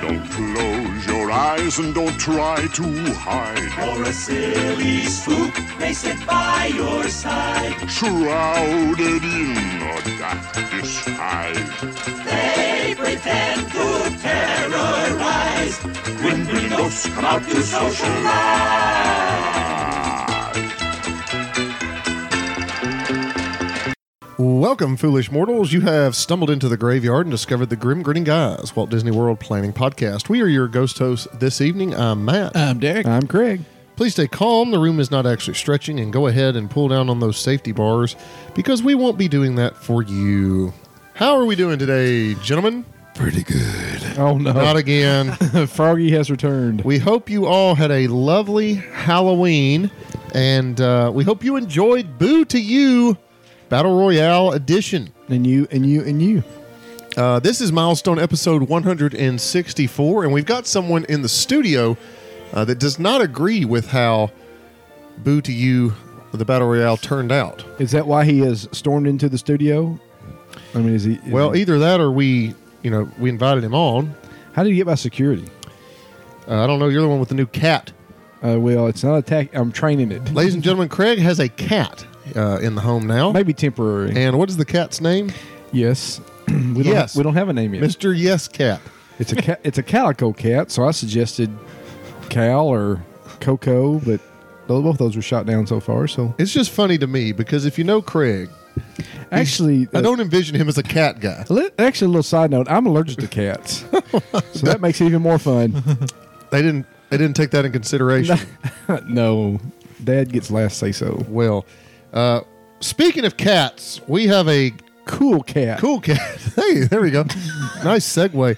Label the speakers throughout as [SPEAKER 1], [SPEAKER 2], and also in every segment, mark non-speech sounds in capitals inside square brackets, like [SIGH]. [SPEAKER 1] Don't close your eyes and don't try to hide.
[SPEAKER 2] Or a silly spook may sit by your side.
[SPEAKER 1] Shrouded in a dark disguise.
[SPEAKER 2] They pretend to terrorize. Grim, grinning ghosts come out to socialize.
[SPEAKER 3] Welcome, foolish mortals. You have stumbled into the graveyard and discovered the Grim Grinning Guys, Walt Disney World Planning Podcast. We are your ghost hosts this evening. I'm Matt.
[SPEAKER 4] I'm Derek.
[SPEAKER 5] I'm Craig.
[SPEAKER 3] Please stay calm. The room is not actually stretching, and go ahead and pull down on those safety bars because we won't be doing that for you. How are we doing today, gentlemen?
[SPEAKER 4] Pretty good.
[SPEAKER 5] Oh no,
[SPEAKER 3] Not again.
[SPEAKER 5] Froggy has returned.
[SPEAKER 3] we hope you all had a lovely Halloween, and uh, we hope you enjoyed Boo to You Battle Royale Edition.
[SPEAKER 5] And you, and you, and you.
[SPEAKER 3] Uh, this is milestone episode 164, and we've got someone in the studio uh, that does not agree with how Boo to You, the Battle Royale, turned out.
[SPEAKER 5] Is that why he has stormed into the studio? I mean, is he? is
[SPEAKER 3] Well,
[SPEAKER 5] he-
[SPEAKER 3] either that or we, you know, we invited him on.
[SPEAKER 5] how did he get by security?
[SPEAKER 3] Uh, I don't know, you're the one with the new cat.
[SPEAKER 5] Uh, well, it's not a tac I'm training it.
[SPEAKER 3] Ladies and gentlemen, Craig has a cat uh, in the home now.
[SPEAKER 5] Maybe temporary.
[SPEAKER 3] And what is the cat's name?
[SPEAKER 5] yes. [CLEARS THROAT] we don't
[SPEAKER 3] Yes.
[SPEAKER 5] Have, we don't have a name yet.
[SPEAKER 3] Mr. Yes Cat.
[SPEAKER 5] It's a ca- it's a calico cat. So I suggested Cal or Coco, but tho- both those were shot down so far. So
[SPEAKER 3] It's just funny to me because if you know Craig,
[SPEAKER 5] actually,
[SPEAKER 3] I
[SPEAKER 5] uh,
[SPEAKER 3] don't envision him as a cat guy.
[SPEAKER 5] li- Actually, a little side note. I'm allergic to [LAUGHS] cats, so that makes it even more fun.
[SPEAKER 3] They didn't. They didn't take that in [LAUGHS] consideration.
[SPEAKER 5] no, Dad gets last say so.
[SPEAKER 3] Well, uh, speaking of cats, we have a
[SPEAKER 5] Cool cat.
[SPEAKER 3] cool cat. [LAUGHS] hey, there
[SPEAKER 5] [LAUGHS]
[SPEAKER 3] we go. nice segue.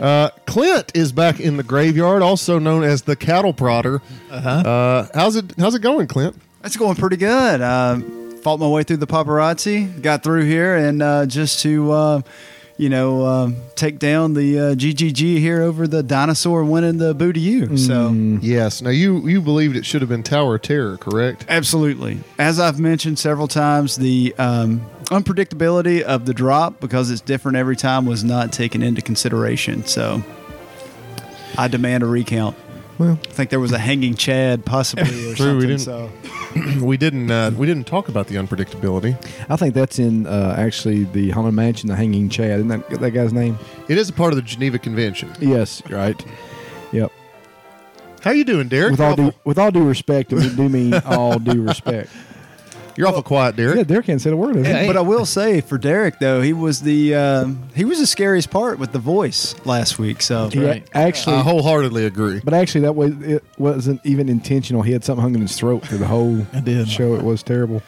[SPEAKER 3] Uh, Clint is back in the graveyard, also known as the cattle prodder. Uh-huh. how's it How's it going, Clint?
[SPEAKER 6] That's going pretty good. Uh, fought my way through the paparazzi, got through here, and uh, just to, uh, you know, um take down the uh, GGG here over the dinosaur winning the boo to you. So,
[SPEAKER 3] Yes. Now you you believed it should have been Tower of Terror, correct?
[SPEAKER 6] absolutely. As I've mentioned several times, the um, unpredictability of the drop, because it's different every time, was not taken into consideration. So, I demand a recount. Well, I think there was a hanging Chad possibly
[SPEAKER 3] [LAUGHS] True,
[SPEAKER 6] or something.
[SPEAKER 3] we didn't-
[SPEAKER 6] so.
[SPEAKER 3] [CLEARS THROAT] we didn't uh, we didn't talk about the unpredictability.
[SPEAKER 5] I think that's in uh, actually the Haunted Mansion, the Hanging Chad. Isn't that that guy's name?
[SPEAKER 3] It is a part of the Geneva Convention.
[SPEAKER 5] Yes, right. Yep.
[SPEAKER 3] How you doing, Derek?
[SPEAKER 5] With
[SPEAKER 3] You're
[SPEAKER 5] all due,
[SPEAKER 3] awful-
[SPEAKER 5] with all due respect, and we do mean all due respect.
[SPEAKER 3] you're awful quiet, Derek.
[SPEAKER 5] Yeah, Derek can't say a word. Is he?
[SPEAKER 6] But I will say for Derek though, he was the um he was the scariest part with the voice last week. So
[SPEAKER 5] He
[SPEAKER 4] right.
[SPEAKER 5] actually,
[SPEAKER 3] I wholeheartedly agree.
[SPEAKER 5] but actually, that was it wasn't even intentional. He had something hung in his throat through the whole
[SPEAKER 4] I did.
[SPEAKER 5] show. It was terrible.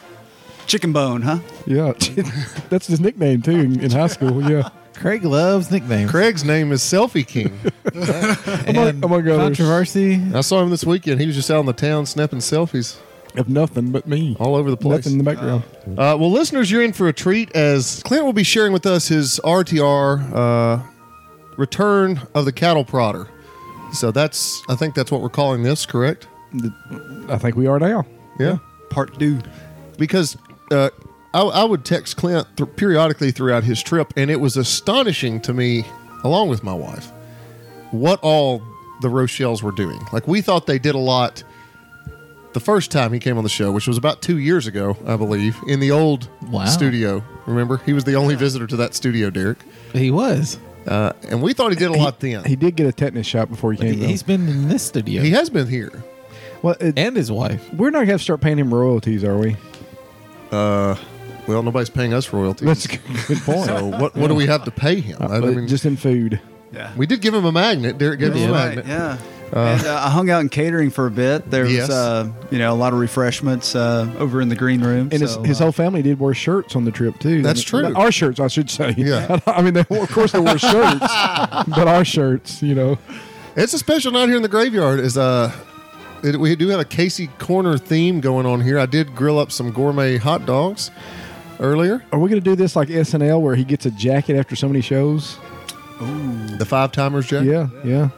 [SPEAKER 6] chicken bone, huh?
[SPEAKER 5] Yeah, [LAUGHS] that's his nickname too in, in high school. Yeah,
[SPEAKER 4] Craig loves nicknames.
[SPEAKER 3] Craig's name is Selfie King.
[SPEAKER 5] among-
[SPEAKER 4] and
[SPEAKER 5] among others.
[SPEAKER 4] controversy.
[SPEAKER 3] I saw him this weekend. He was just out in the town snapping selfies
[SPEAKER 5] of nothing but me.
[SPEAKER 3] all over the place.
[SPEAKER 5] Nothing in the background.
[SPEAKER 3] Uh, well, listeners, you're in for a treat as Clint will be sharing with us his RTR uh, Return of the Cattle Prodder. So that's, I think that's what we're calling this, correct?
[SPEAKER 5] I think we are now.
[SPEAKER 3] Yeah.
[SPEAKER 6] Part two.
[SPEAKER 3] Because uh, I, I would text Clint thr periodically throughout his trip, and it was astonishing to me, along with my wife, what all the Rochelles were doing. Like, we thought they did a lot the first time he came on the show, which was about two years ago, I believe, in the old
[SPEAKER 4] Wow.
[SPEAKER 3] studio. Remember? He was the only visitor to that studio, Derek.
[SPEAKER 4] He was.
[SPEAKER 3] Uh, and we thought he did a lot then.
[SPEAKER 5] He
[SPEAKER 3] He,
[SPEAKER 5] did get a tetanus shot before he came.
[SPEAKER 4] He, has
[SPEAKER 5] He's,
[SPEAKER 4] been in this studio.
[SPEAKER 3] has been here.
[SPEAKER 5] well, it,
[SPEAKER 4] and his wife.
[SPEAKER 5] we're not going to start paying him royalties, are we?
[SPEAKER 3] Well, nobody's paying us royalties.
[SPEAKER 5] That's a
[SPEAKER 3] [LAUGHS]
[SPEAKER 5] good point. Uh,
[SPEAKER 3] so what, what do we have to pay him? I
[SPEAKER 5] But
[SPEAKER 3] mean,
[SPEAKER 5] just in food.
[SPEAKER 6] Yeah.
[SPEAKER 3] we did give him a magnet. Derek gave him a
[SPEAKER 6] Right,
[SPEAKER 3] magnet.
[SPEAKER 6] yeah. and, uh, I hung out in catering for a bit. There was
[SPEAKER 3] Yes.
[SPEAKER 6] uh, you know, a lot of refreshments uh, over in the green room.
[SPEAKER 5] And
[SPEAKER 6] so,
[SPEAKER 5] his, his
[SPEAKER 6] uh,
[SPEAKER 5] whole family did wear shirts on the trip too.
[SPEAKER 3] That's
[SPEAKER 5] I mean,
[SPEAKER 3] true.
[SPEAKER 5] Our shirts, I should say.
[SPEAKER 3] Yeah.
[SPEAKER 5] [LAUGHS] I mean, they, wore- of course they
[SPEAKER 3] [LAUGHS]
[SPEAKER 5] wore shirts, but our shirts, you know.
[SPEAKER 3] It's a special night here in the graveyard. Is uh, it, we do have a Casey Corner theme going on here. I did grill up some gourmet hot dogs earlier.
[SPEAKER 5] Are we going to do this like SNL where he gets a jacket after so many shows?
[SPEAKER 3] The five timers, Jack.
[SPEAKER 5] Yeah, yeah.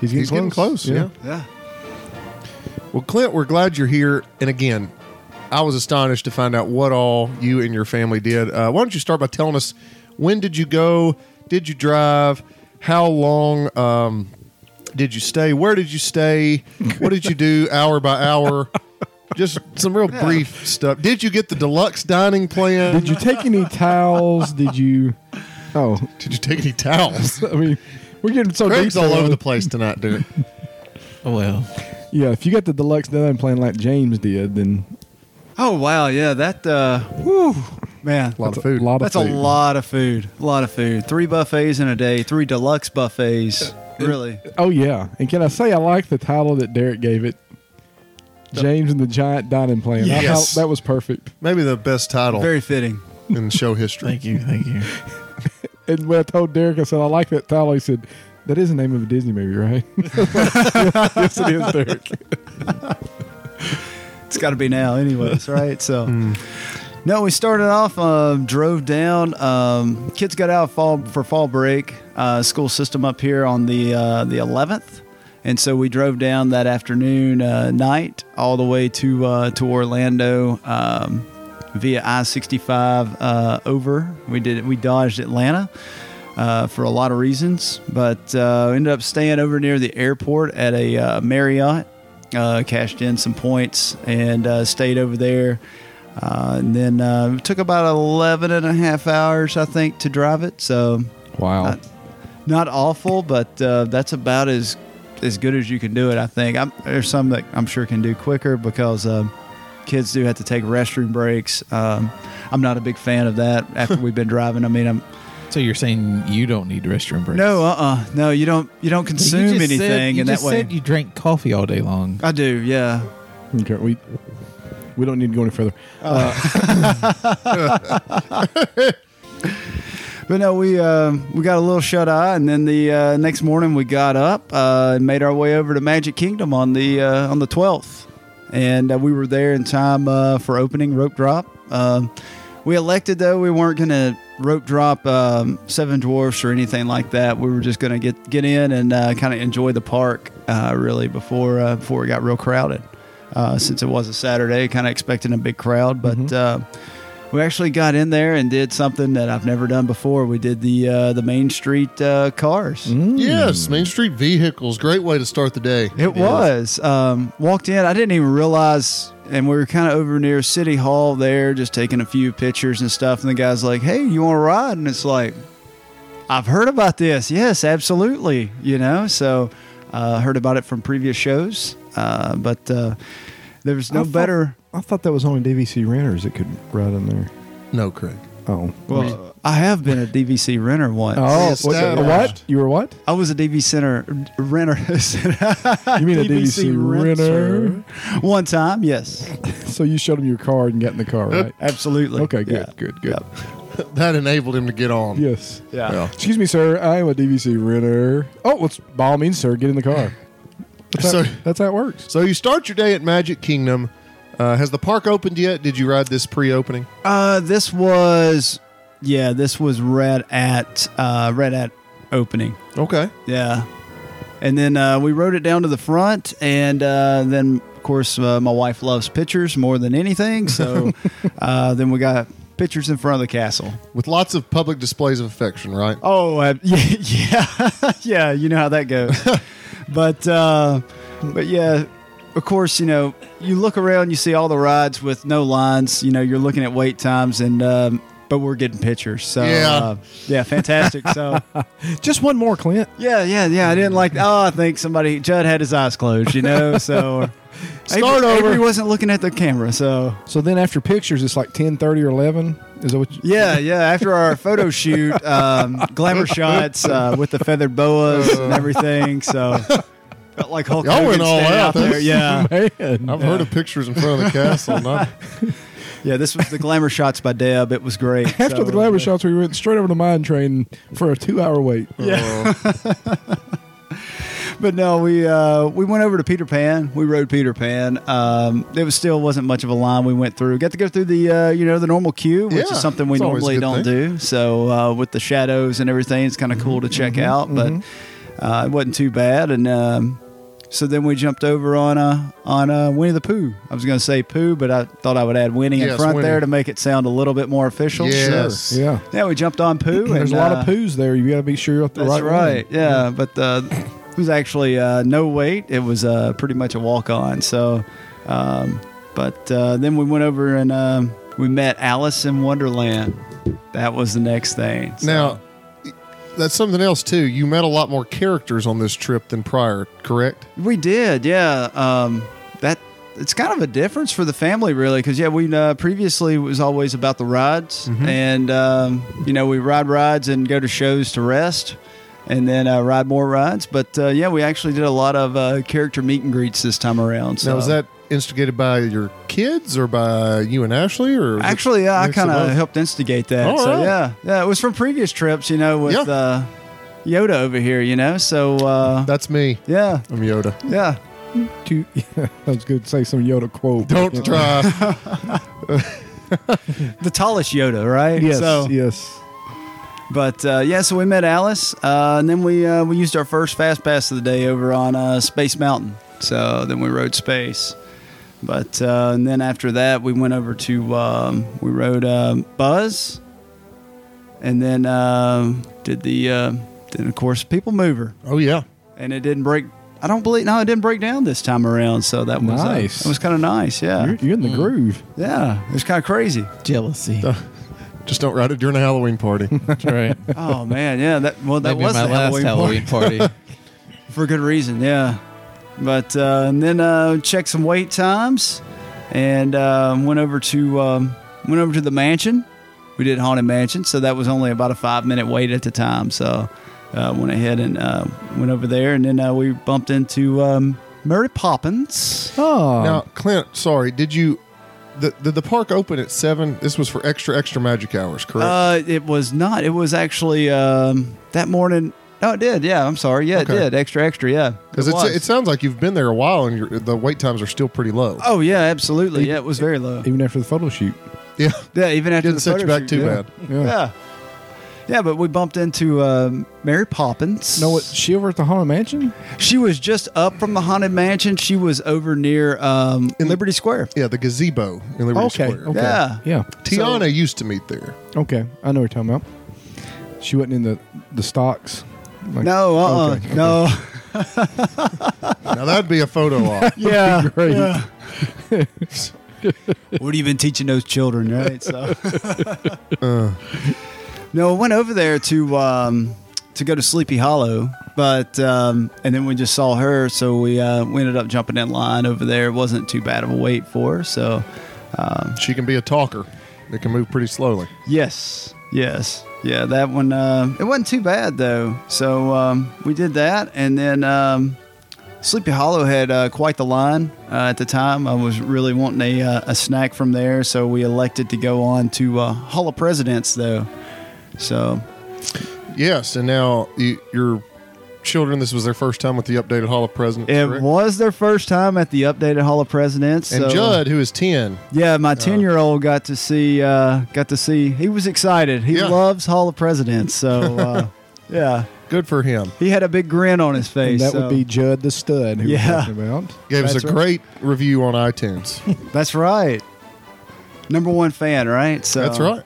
[SPEAKER 5] He's getting
[SPEAKER 3] he's
[SPEAKER 5] close.
[SPEAKER 3] getting close. yeah.
[SPEAKER 6] yeah.
[SPEAKER 3] Well, Clint, we're glad you're here. And again, I was astonished to find out what all you and your family did. Uh, why don't you start by telling us when did you go? Did you drive? how long um, did you stay? Where did you stay? What did you do hour by hour? Just some real brief stuff. Did you get the deluxe dining plan?
[SPEAKER 5] Did you take any towels?
[SPEAKER 3] [LAUGHS]
[SPEAKER 5] Did you? Oh, [LAUGHS]
[SPEAKER 3] Did you take any towels?
[SPEAKER 5] I mean, we're getting [LAUGHS] so
[SPEAKER 3] Craig's
[SPEAKER 5] deep.
[SPEAKER 3] all over the place tonight, dude.
[SPEAKER 4] Well,
[SPEAKER 5] Yeah, if you got the deluxe deadline plan like James did, then
[SPEAKER 6] Oh wow, yeah, that uh whew, man.
[SPEAKER 3] A lot of food.
[SPEAKER 5] a lot of
[SPEAKER 6] That's
[SPEAKER 5] food.
[SPEAKER 6] a lot of food. A lot of food. Three buffets in a day, three deluxe buffets. Really.
[SPEAKER 5] Oh yeah, and can I say I like the title that Derek gave it? James and the Giant Dining Plan. I
[SPEAKER 3] Yes.
[SPEAKER 5] thought that was perfect.
[SPEAKER 3] Maybe the best title
[SPEAKER 6] Very fitting.
[SPEAKER 3] in show history.
[SPEAKER 4] thank you, thank you.
[SPEAKER 5] And when I told Derek, I said I like that title. He said, "That is the name of a Disney movie, right?" [LAUGHS] yes, it is, Derek.
[SPEAKER 6] It's got to be now, anyways, right? So, no, we started off, um, drove down. Um, kids got out fall for fall break. Uh, school system up here on the uh, the 11th, and so we drove down that afternoon, uh, night, all the way to uh, to Orlando um, via I-65 uh, over. We did we dodged Atlanta. Uh, for a lot of reasons, but uh, ended up staying over near the airport at a uh, Marriott uh, cashed in some points and uh, stayed over there. Uh, and then uh, it took about 11 and a half hours, I think, to drive it. So
[SPEAKER 5] Wow.
[SPEAKER 6] not, not awful, but uh, that's about as as good as you can do it, I think. I'm, there's some that I'm sure can do quicker because um kids do have to take restroom breaks. Um, I'm not a big fan of that after we've been driving. I mean, I'm
[SPEAKER 4] So you're saying you don't need restroom breaks?
[SPEAKER 6] no, uh, uh no, you don't, you don't
[SPEAKER 4] You
[SPEAKER 6] consume
[SPEAKER 4] just
[SPEAKER 6] anything
[SPEAKER 4] said, you
[SPEAKER 6] in that
[SPEAKER 4] just
[SPEAKER 6] way.
[SPEAKER 4] Said you drank coffee all day long.
[SPEAKER 6] I do, yeah.
[SPEAKER 5] Okay, we we don't need to go any further.
[SPEAKER 6] But no, we uh, we got a little shut eye, and then the uh, next morning we got up uh, and made our way over to Magic Kingdom on the uh, on the twelfth, and uh, we were there in time uh, for opening rope drop. Um we elected though we weren't gonna rope drop um, Seven Dwarfs or anything like that. We were just gonna get get in and uh, kind of enjoy the park uh, really before uh, before it got real crowded. Uh, since it was a Saturday, kind of expecting a big crowd, but. Uh, we actually got in there and did something that I've never done before. We did the uh, the Main Street uh, cars.
[SPEAKER 5] Mm-hmm.
[SPEAKER 3] Yes, Main Street Vehicles. Great way to start the day.
[SPEAKER 6] It was. Um, walked in. I didn't even realize. And we were kind of over near City Hall there, just taking a few pictures and stuff. And the guy's like, hey, you want to ride? And it's like, I've heard about this. Yes, absolutely. You know, so uh, heard about it from previous shows. Uh, but uh, there was no
[SPEAKER 5] I thought-
[SPEAKER 6] better.
[SPEAKER 5] I thought that was only DVC renters that could ride in there.
[SPEAKER 3] No, Craig.
[SPEAKER 5] Oh,
[SPEAKER 6] Well, I have been a DVC renter once.
[SPEAKER 5] oh, what,
[SPEAKER 3] established.
[SPEAKER 5] what? You were what?
[SPEAKER 6] I was a DV center renter. [LAUGHS]
[SPEAKER 5] You mean a
[SPEAKER 6] DVC
[SPEAKER 5] DVC renter?
[SPEAKER 6] One time, yes,
[SPEAKER 5] So you showed him your card and got in the car, right?
[SPEAKER 6] absolutely.
[SPEAKER 5] Okay, good,
[SPEAKER 6] Yeah.
[SPEAKER 5] good, good.
[SPEAKER 3] That enabled him to get on.
[SPEAKER 5] [LAUGHS] Yes.
[SPEAKER 6] Yeah.
[SPEAKER 3] Yeah.
[SPEAKER 5] Excuse me, sir. I am a DVC renter. Oh, let's by all means, sir, get in the car. That's,
[SPEAKER 3] So-
[SPEAKER 6] [LAUGHS]
[SPEAKER 5] how, that's how it works.
[SPEAKER 3] So you start your day at Magic Kingdom. Uh, has the park opened yet? Did you ride this pre-opening?
[SPEAKER 6] Uh, this was, yeah, this was red at uh, red at opening.
[SPEAKER 3] Okay.
[SPEAKER 6] Yeah, and then uh, we rode it down to the front, and uh, then of course uh, my wife loves pictures more than
[SPEAKER 5] [LAUGHS]
[SPEAKER 6] anything, so uh, then we got pictures in front of the castle.
[SPEAKER 3] With lots of public displays of affection, right?
[SPEAKER 6] Oh, uh, [LAUGHS] yeah, yeah, [LAUGHS] yeah. You know how
[SPEAKER 5] [LAUGHS]
[SPEAKER 6] that goes. but uh, but yeah, of course, you know, you look around, you see all the rides with no lines. You know, you're looking at wait times, and um, but we're getting pictures. So
[SPEAKER 3] Yeah.
[SPEAKER 6] uh, yeah, fantastic.
[SPEAKER 5] [LAUGHS]
[SPEAKER 6] so
[SPEAKER 5] Just one more, Clint.
[SPEAKER 6] yeah, yeah, yeah. I didn't like. Oh, I think somebody Judd had his eyes closed. You know, so.
[SPEAKER 5] [LAUGHS] Start
[SPEAKER 6] Avery,
[SPEAKER 5] over.
[SPEAKER 6] Avery wasn't looking at the camera, so
[SPEAKER 5] So then after pictures, it's like ten thirty or eleven. Is that what? You,
[SPEAKER 6] yeah, yeah. After our photo shoot, um, glamour shots uh, with the feathered boas and everything. So felt like Hulk
[SPEAKER 3] Y'all
[SPEAKER 6] Hogan
[SPEAKER 3] went all
[SPEAKER 6] standing
[SPEAKER 3] out.
[SPEAKER 6] out there.
[SPEAKER 3] That's-
[SPEAKER 6] Yeah,
[SPEAKER 5] [LAUGHS] Man.
[SPEAKER 3] I've heard of pictures in [LAUGHS] front of the castle. Not,
[SPEAKER 6] yeah. This was the glamour shots by Deb. It was great.
[SPEAKER 5] After
[SPEAKER 6] So,
[SPEAKER 5] the glamour shots, we went straight over to mine train for a two-hour
[SPEAKER 6] [LAUGHS]
[SPEAKER 5] wait.
[SPEAKER 6] Yeah. but no, we uh, we went over to Peter Pan. We rode Peter Pan. Um, it was still wasn't much of a line we went through. Got to go through the uh, you know the normal queue, which
[SPEAKER 3] Yeah,
[SPEAKER 6] is something we
[SPEAKER 3] it's always a
[SPEAKER 6] normally
[SPEAKER 3] good
[SPEAKER 6] don't
[SPEAKER 3] thing.
[SPEAKER 6] do. So uh, with the
[SPEAKER 3] Mm-hmm,
[SPEAKER 6] shadows and everything, it's kind of cool to check out. But uh, it wasn't too bad, and um, So then we jumped over on uh, on uh, Winnie the Pooh. I was going to say Pooh, but I thought I would add Winnie in
[SPEAKER 3] Yes,
[SPEAKER 6] front
[SPEAKER 3] Winnie.
[SPEAKER 6] there to make it sound a little bit more official.
[SPEAKER 3] Yes.
[SPEAKER 5] Yeah.
[SPEAKER 6] Yeah, we jumped on Pooh.
[SPEAKER 5] There's
[SPEAKER 6] and,
[SPEAKER 5] a lot
[SPEAKER 6] uh,
[SPEAKER 5] of poos there. You got to be sure you're at the
[SPEAKER 6] That's right.
[SPEAKER 5] right
[SPEAKER 6] Yeah, but uh, it was actually uh, no weight. It was uh, pretty much a walk on. So, um, but uh, then we went over and um, we met Alice in Wonderland. That was the next thing. So-
[SPEAKER 3] Now, that's something else too. You met a lot more characters on this trip than prior, correct?
[SPEAKER 6] We did, yeah. Um, that it's kind of a difference for the family, really, because yeah, we uh, previously it was always about the rides,
[SPEAKER 3] Mm-hmm.
[SPEAKER 6] and um, you know we ride rides and go to shows to rest, and then uh, ride more rides. But uh, yeah, we actually did a lot of uh, character meet and greets this time around. So
[SPEAKER 3] Now, was that instigated by your kids or by you and Ashley? Or was it
[SPEAKER 6] Actually, yeah, I
[SPEAKER 3] mix of
[SPEAKER 6] kind of
[SPEAKER 3] both?
[SPEAKER 6] helped instigate that.
[SPEAKER 3] All
[SPEAKER 6] so
[SPEAKER 3] right.
[SPEAKER 6] yeah, yeah, it was from previous trips, you know, with
[SPEAKER 3] Yeah.
[SPEAKER 6] uh, Yoda over here, you know. So uh,
[SPEAKER 3] That's me.
[SPEAKER 6] yeah,
[SPEAKER 3] I'm Yoda.
[SPEAKER 6] yeah.
[SPEAKER 5] [LAUGHS] Two, yeah, that was good. to Say some Yoda quote. [LAUGHS]
[SPEAKER 3] Don't
[SPEAKER 6] [LAUGHS]
[SPEAKER 3] try.
[SPEAKER 6] The tallest Yoda, right?
[SPEAKER 5] Yes.
[SPEAKER 6] So,
[SPEAKER 5] yes.
[SPEAKER 6] But uh, yeah, so we met Alice, uh, and then we uh, we used our first fast pass of the day over on uh, Space Mountain. So then we rode space. But uh, and then after that, we went over to um, we rode um, Buzz, and then um did the uh, then of course People Mover,
[SPEAKER 3] oh yeah.
[SPEAKER 6] and it didn't break. I don't believe no, it didn't break down this time around. So that was uh,
[SPEAKER 4] Nice.
[SPEAKER 6] that was kind of nice. Yeah,
[SPEAKER 5] You're, you're in the groove.
[SPEAKER 6] yeah, it was kind of crazy.
[SPEAKER 4] Jealousy.
[SPEAKER 3] Just don't ride it during a Halloween
[SPEAKER 6] [LAUGHS]
[SPEAKER 3] party.
[SPEAKER 4] That's right.
[SPEAKER 6] Oh man, yeah, that well that
[SPEAKER 4] Maybe
[SPEAKER 6] was
[SPEAKER 4] my
[SPEAKER 6] the
[SPEAKER 4] last
[SPEAKER 6] Halloween
[SPEAKER 4] Halloween,
[SPEAKER 6] party.
[SPEAKER 4] party.
[SPEAKER 6] for good reason. Yeah, but uh, and then uh, checked some wait times, and um, went over to um, went over to the mansion. We did haunted mansion, so that was only about a five minute wait at the time. So uh, went ahead and uh, went over there, and then uh, we bumped into um, Mary Poppins.
[SPEAKER 5] Oh.
[SPEAKER 3] now, Clint, sorry, did you? The, the, the park open at seven. This was for extra extra magic hours, correct?
[SPEAKER 6] Uh, it was not. It was actually um, that morning. No, it did. Yeah, I'm sorry. Yeah,
[SPEAKER 3] Okay.
[SPEAKER 6] it did. Extra, extra. Yeah,
[SPEAKER 3] Because it,
[SPEAKER 6] was.
[SPEAKER 3] it sounds like you've been there a while and you the wait times are still pretty low.
[SPEAKER 6] Oh yeah, absolutely. Yeah, it was very low.
[SPEAKER 5] even after the photo shoot.
[SPEAKER 3] yeah,
[SPEAKER 6] Yeah, even after
[SPEAKER 3] didn't
[SPEAKER 6] the
[SPEAKER 3] set you
[SPEAKER 6] photo
[SPEAKER 3] back
[SPEAKER 6] shoot,
[SPEAKER 3] too
[SPEAKER 6] yeah.
[SPEAKER 3] bad.
[SPEAKER 5] Yeah.
[SPEAKER 6] Yeah. Yeah, but we bumped into um, Mary Poppins.
[SPEAKER 5] No, what? She over at the Haunted Mansion?
[SPEAKER 6] She was just up from the Haunted Mansion. She was over near um,
[SPEAKER 3] In-
[SPEAKER 6] Liberty Square.
[SPEAKER 3] Yeah, the gazebo in Liberty
[SPEAKER 5] Okay,
[SPEAKER 3] Square.
[SPEAKER 5] okay.
[SPEAKER 6] Yeah.
[SPEAKER 5] Yeah.
[SPEAKER 3] Tiana used to meet there.
[SPEAKER 5] Okay. I know what you're talking about. She wasn't in the, the stocks. Like,
[SPEAKER 6] No, uh-uh.
[SPEAKER 5] Okay, okay.
[SPEAKER 6] No.
[SPEAKER 3] Now that'd be a photo
[SPEAKER 6] [LAUGHS]
[SPEAKER 3] op.
[SPEAKER 6] yeah.
[SPEAKER 5] Great.
[SPEAKER 6] [LAUGHS] what have you been teaching those children, right? So. no, I went over there to um, to go to Sleepy Hollow, but um, and then we just saw her, so we uh, we ended up jumping in line over there. It wasn't too bad of a wait for her, so
[SPEAKER 3] She can be a talker. It can move pretty slowly.
[SPEAKER 6] Yes, yes, yeah. That one, uh, it wasn't too bad though. So um, we did that, and then um, Sleepy Hollow had uh, quite the line uh, at the time. I was really wanting a, uh, a snack from there, so we elected to go on to uh, Hall of Presidents though. So
[SPEAKER 3] Yes, and now you, your children. This was their first time with the updated Hall of Presidents.
[SPEAKER 6] it
[SPEAKER 3] correct?
[SPEAKER 6] was their first time at the updated Hall of Presidents.
[SPEAKER 3] and
[SPEAKER 6] so,
[SPEAKER 3] Judd, Uh, who is ten,
[SPEAKER 6] yeah, my ten year old got to see uh, got to see. He was excited. He
[SPEAKER 3] Yeah.
[SPEAKER 6] loves Hall of Presidents. So
[SPEAKER 3] [LAUGHS]
[SPEAKER 6] uh, yeah.
[SPEAKER 3] good for him.
[SPEAKER 6] He had a big grin on his
[SPEAKER 5] And
[SPEAKER 6] face.
[SPEAKER 5] that
[SPEAKER 6] so-
[SPEAKER 5] would be Judd the Stud who
[SPEAKER 6] Yeah.
[SPEAKER 5] we're talking about.
[SPEAKER 3] Gave us
[SPEAKER 6] That's
[SPEAKER 3] a
[SPEAKER 6] right.
[SPEAKER 3] great review on
[SPEAKER 6] [LAUGHS]
[SPEAKER 3] iTunes.
[SPEAKER 6] That's right. Number one fan, right? So
[SPEAKER 3] That's right.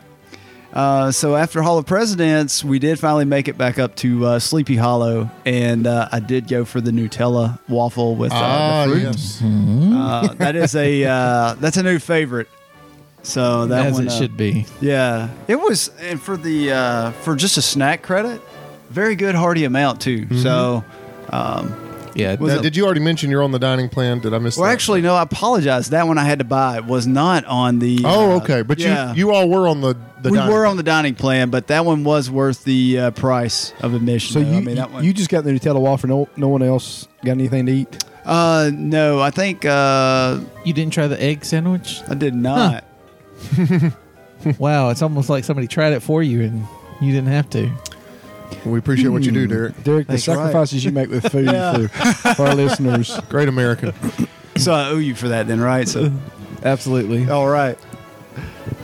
[SPEAKER 6] Uh, so after Hall of Presidents, we did finally make it back up to uh, Sleepy Hollow, and uh, I did go for the Nutella waffle with uh,
[SPEAKER 3] Ah,
[SPEAKER 6] the fruit.
[SPEAKER 3] yes.
[SPEAKER 6] Uh, that
[SPEAKER 3] [LAUGHS]
[SPEAKER 6] is a uh, that's a new favorite. So that
[SPEAKER 4] As
[SPEAKER 6] one
[SPEAKER 4] it
[SPEAKER 6] uh,
[SPEAKER 4] should be.
[SPEAKER 6] Yeah, it was, and for the uh, for just a snack credit, very good hearty amount too.
[SPEAKER 3] Mm-hmm.
[SPEAKER 6] So
[SPEAKER 4] Yeah.
[SPEAKER 6] Was
[SPEAKER 3] Now,
[SPEAKER 6] it-
[SPEAKER 3] did you already mention you're on the dining plan? Did I miss?
[SPEAKER 6] well,
[SPEAKER 3] that?
[SPEAKER 6] actually, no, I apologize. That one I had to buy It was not on the.
[SPEAKER 3] Oh,
[SPEAKER 6] uh,
[SPEAKER 3] okay. But you
[SPEAKER 6] yeah.
[SPEAKER 3] you all were on the the
[SPEAKER 6] we
[SPEAKER 3] dining
[SPEAKER 6] were on the dining plan, but that one was worth the uh, price of admission.
[SPEAKER 5] So
[SPEAKER 6] though.
[SPEAKER 5] you,
[SPEAKER 6] I mean, that one.
[SPEAKER 5] you just got the Nutella waffle. No, no one else got anything to eat.
[SPEAKER 6] uh, no, I think uh,
[SPEAKER 4] You didn't try the egg sandwich?
[SPEAKER 6] I did not.
[SPEAKER 4] wow. It's almost like somebody tried it for you and you didn't have to.
[SPEAKER 3] We appreciate what you
[SPEAKER 6] Hmm.
[SPEAKER 3] do, Derek.
[SPEAKER 5] Derek, the
[SPEAKER 6] That's right.
[SPEAKER 5] sacrifices you make with food
[SPEAKER 6] [LAUGHS] Yeah.
[SPEAKER 5] for, for our listeners.
[SPEAKER 3] Great
[SPEAKER 6] [LAUGHS]
[SPEAKER 3] American.
[SPEAKER 6] So I owe you for that, then, right? So
[SPEAKER 4] Absolutely.
[SPEAKER 6] all right.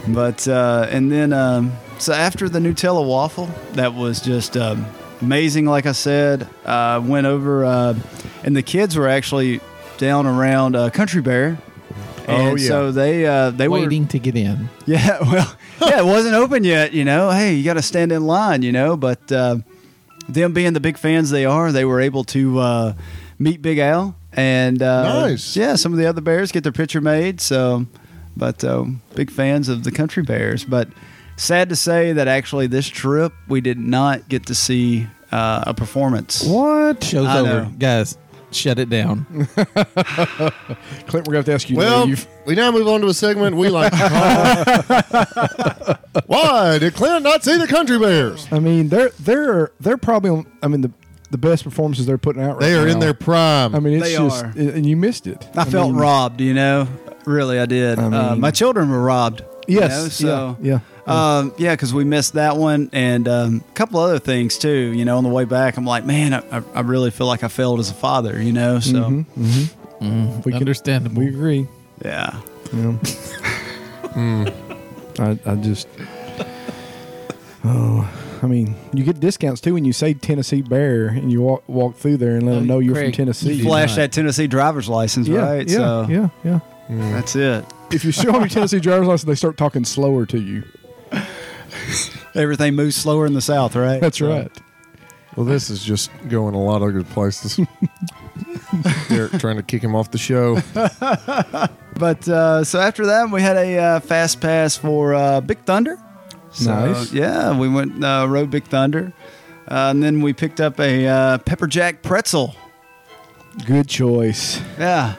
[SPEAKER 6] But uh, and then um, so after the Nutella waffle, that was just um, amazing. Like I said, uh, went over. Uh, and the kids were actually down around uh, Country Bear. And
[SPEAKER 3] Oh, yeah.
[SPEAKER 6] so they uh, they were
[SPEAKER 4] Waiting to get in.
[SPEAKER 6] yeah, [LAUGHS] well, yeah, it wasn't open yet, you know. Hey, you got to stand in line, you know. But uh, them being the big fans they are, they were able to uh, meet Big Al and uh,
[SPEAKER 3] Nice.
[SPEAKER 6] yeah, some of the other Bears get their picture made. So, but uh, big fans of the Country Bears. But sad to say that actually this trip we did not get to see uh, a performance.
[SPEAKER 5] What?
[SPEAKER 4] Show's
[SPEAKER 6] I
[SPEAKER 4] over.
[SPEAKER 6] know.
[SPEAKER 4] Guys, shut it down.
[SPEAKER 5] Clint, we're going to have to ask you. to
[SPEAKER 3] Well,
[SPEAKER 5] leave.
[SPEAKER 3] we now move on to a segment we like to
[SPEAKER 6] [LAUGHS]
[SPEAKER 3] call Why did Clint not see the Country Bears?
[SPEAKER 5] I mean, they're they're they're probably. On, I mean, the the best performances they're putting out. right
[SPEAKER 3] They are in
[SPEAKER 5] now.
[SPEAKER 3] their prime.
[SPEAKER 5] I mean, it's
[SPEAKER 6] They
[SPEAKER 5] just
[SPEAKER 6] are.
[SPEAKER 5] and you missed it.
[SPEAKER 6] I, felt
[SPEAKER 5] mean,
[SPEAKER 6] robbed, you know. Really, I did. uh,
[SPEAKER 5] mean-
[SPEAKER 6] my children were robbed. you
[SPEAKER 5] Yes,
[SPEAKER 6] know,
[SPEAKER 5] yeah,
[SPEAKER 6] so
[SPEAKER 5] yeah,
[SPEAKER 6] Um, yeah, because we missed that one and um, a couple other things too. You know, on the way back, I'm like, man, I, I- I really feel like I failed as a father. You know, so
[SPEAKER 5] Mm-hmm. We can-
[SPEAKER 4] Understandable.
[SPEAKER 5] We agree.
[SPEAKER 6] yeah,
[SPEAKER 5] I, I just. Oh, I mean, you get discounts too when you say Tennessee Bear and you walk walk through there and let
[SPEAKER 4] No,
[SPEAKER 5] them know you're
[SPEAKER 4] Craig,
[SPEAKER 5] from Tennessee.
[SPEAKER 4] you
[SPEAKER 6] flash
[SPEAKER 4] not.
[SPEAKER 6] that Tennessee driver's license,
[SPEAKER 5] yeah,
[SPEAKER 6] right?
[SPEAKER 5] yeah,
[SPEAKER 6] so
[SPEAKER 5] yeah, yeah.
[SPEAKER 6] that's it.
[SPEAKER 5] If you show them your Tennessee driver's license, they start talking slower to you.
[SPEAKER 6] Everything moves slower in the South, right?
[SPEAKER 5] That's
[SPEAKER 6] So-
[SPEAKER 5] right.
[SPEAKER 3] well, this is just going a lot of good
[SPEAKER 6] [LAUGHS]
[SPEAKER 3] places. Derek trying to kick him off the show.
[SPEAKER 6] But uh, so after that, we had a uh, fast pass for uh, Big Thunder. So,
[SPEAKER 5] Nice.
[SPEAKER 6] Yeah, we went uh, rode Big Thunder, uh, and then we picked up a uh, pepper jack pretzel.
[SPEAKER 5] Good choice.
[SPEAKER 6] Yeah.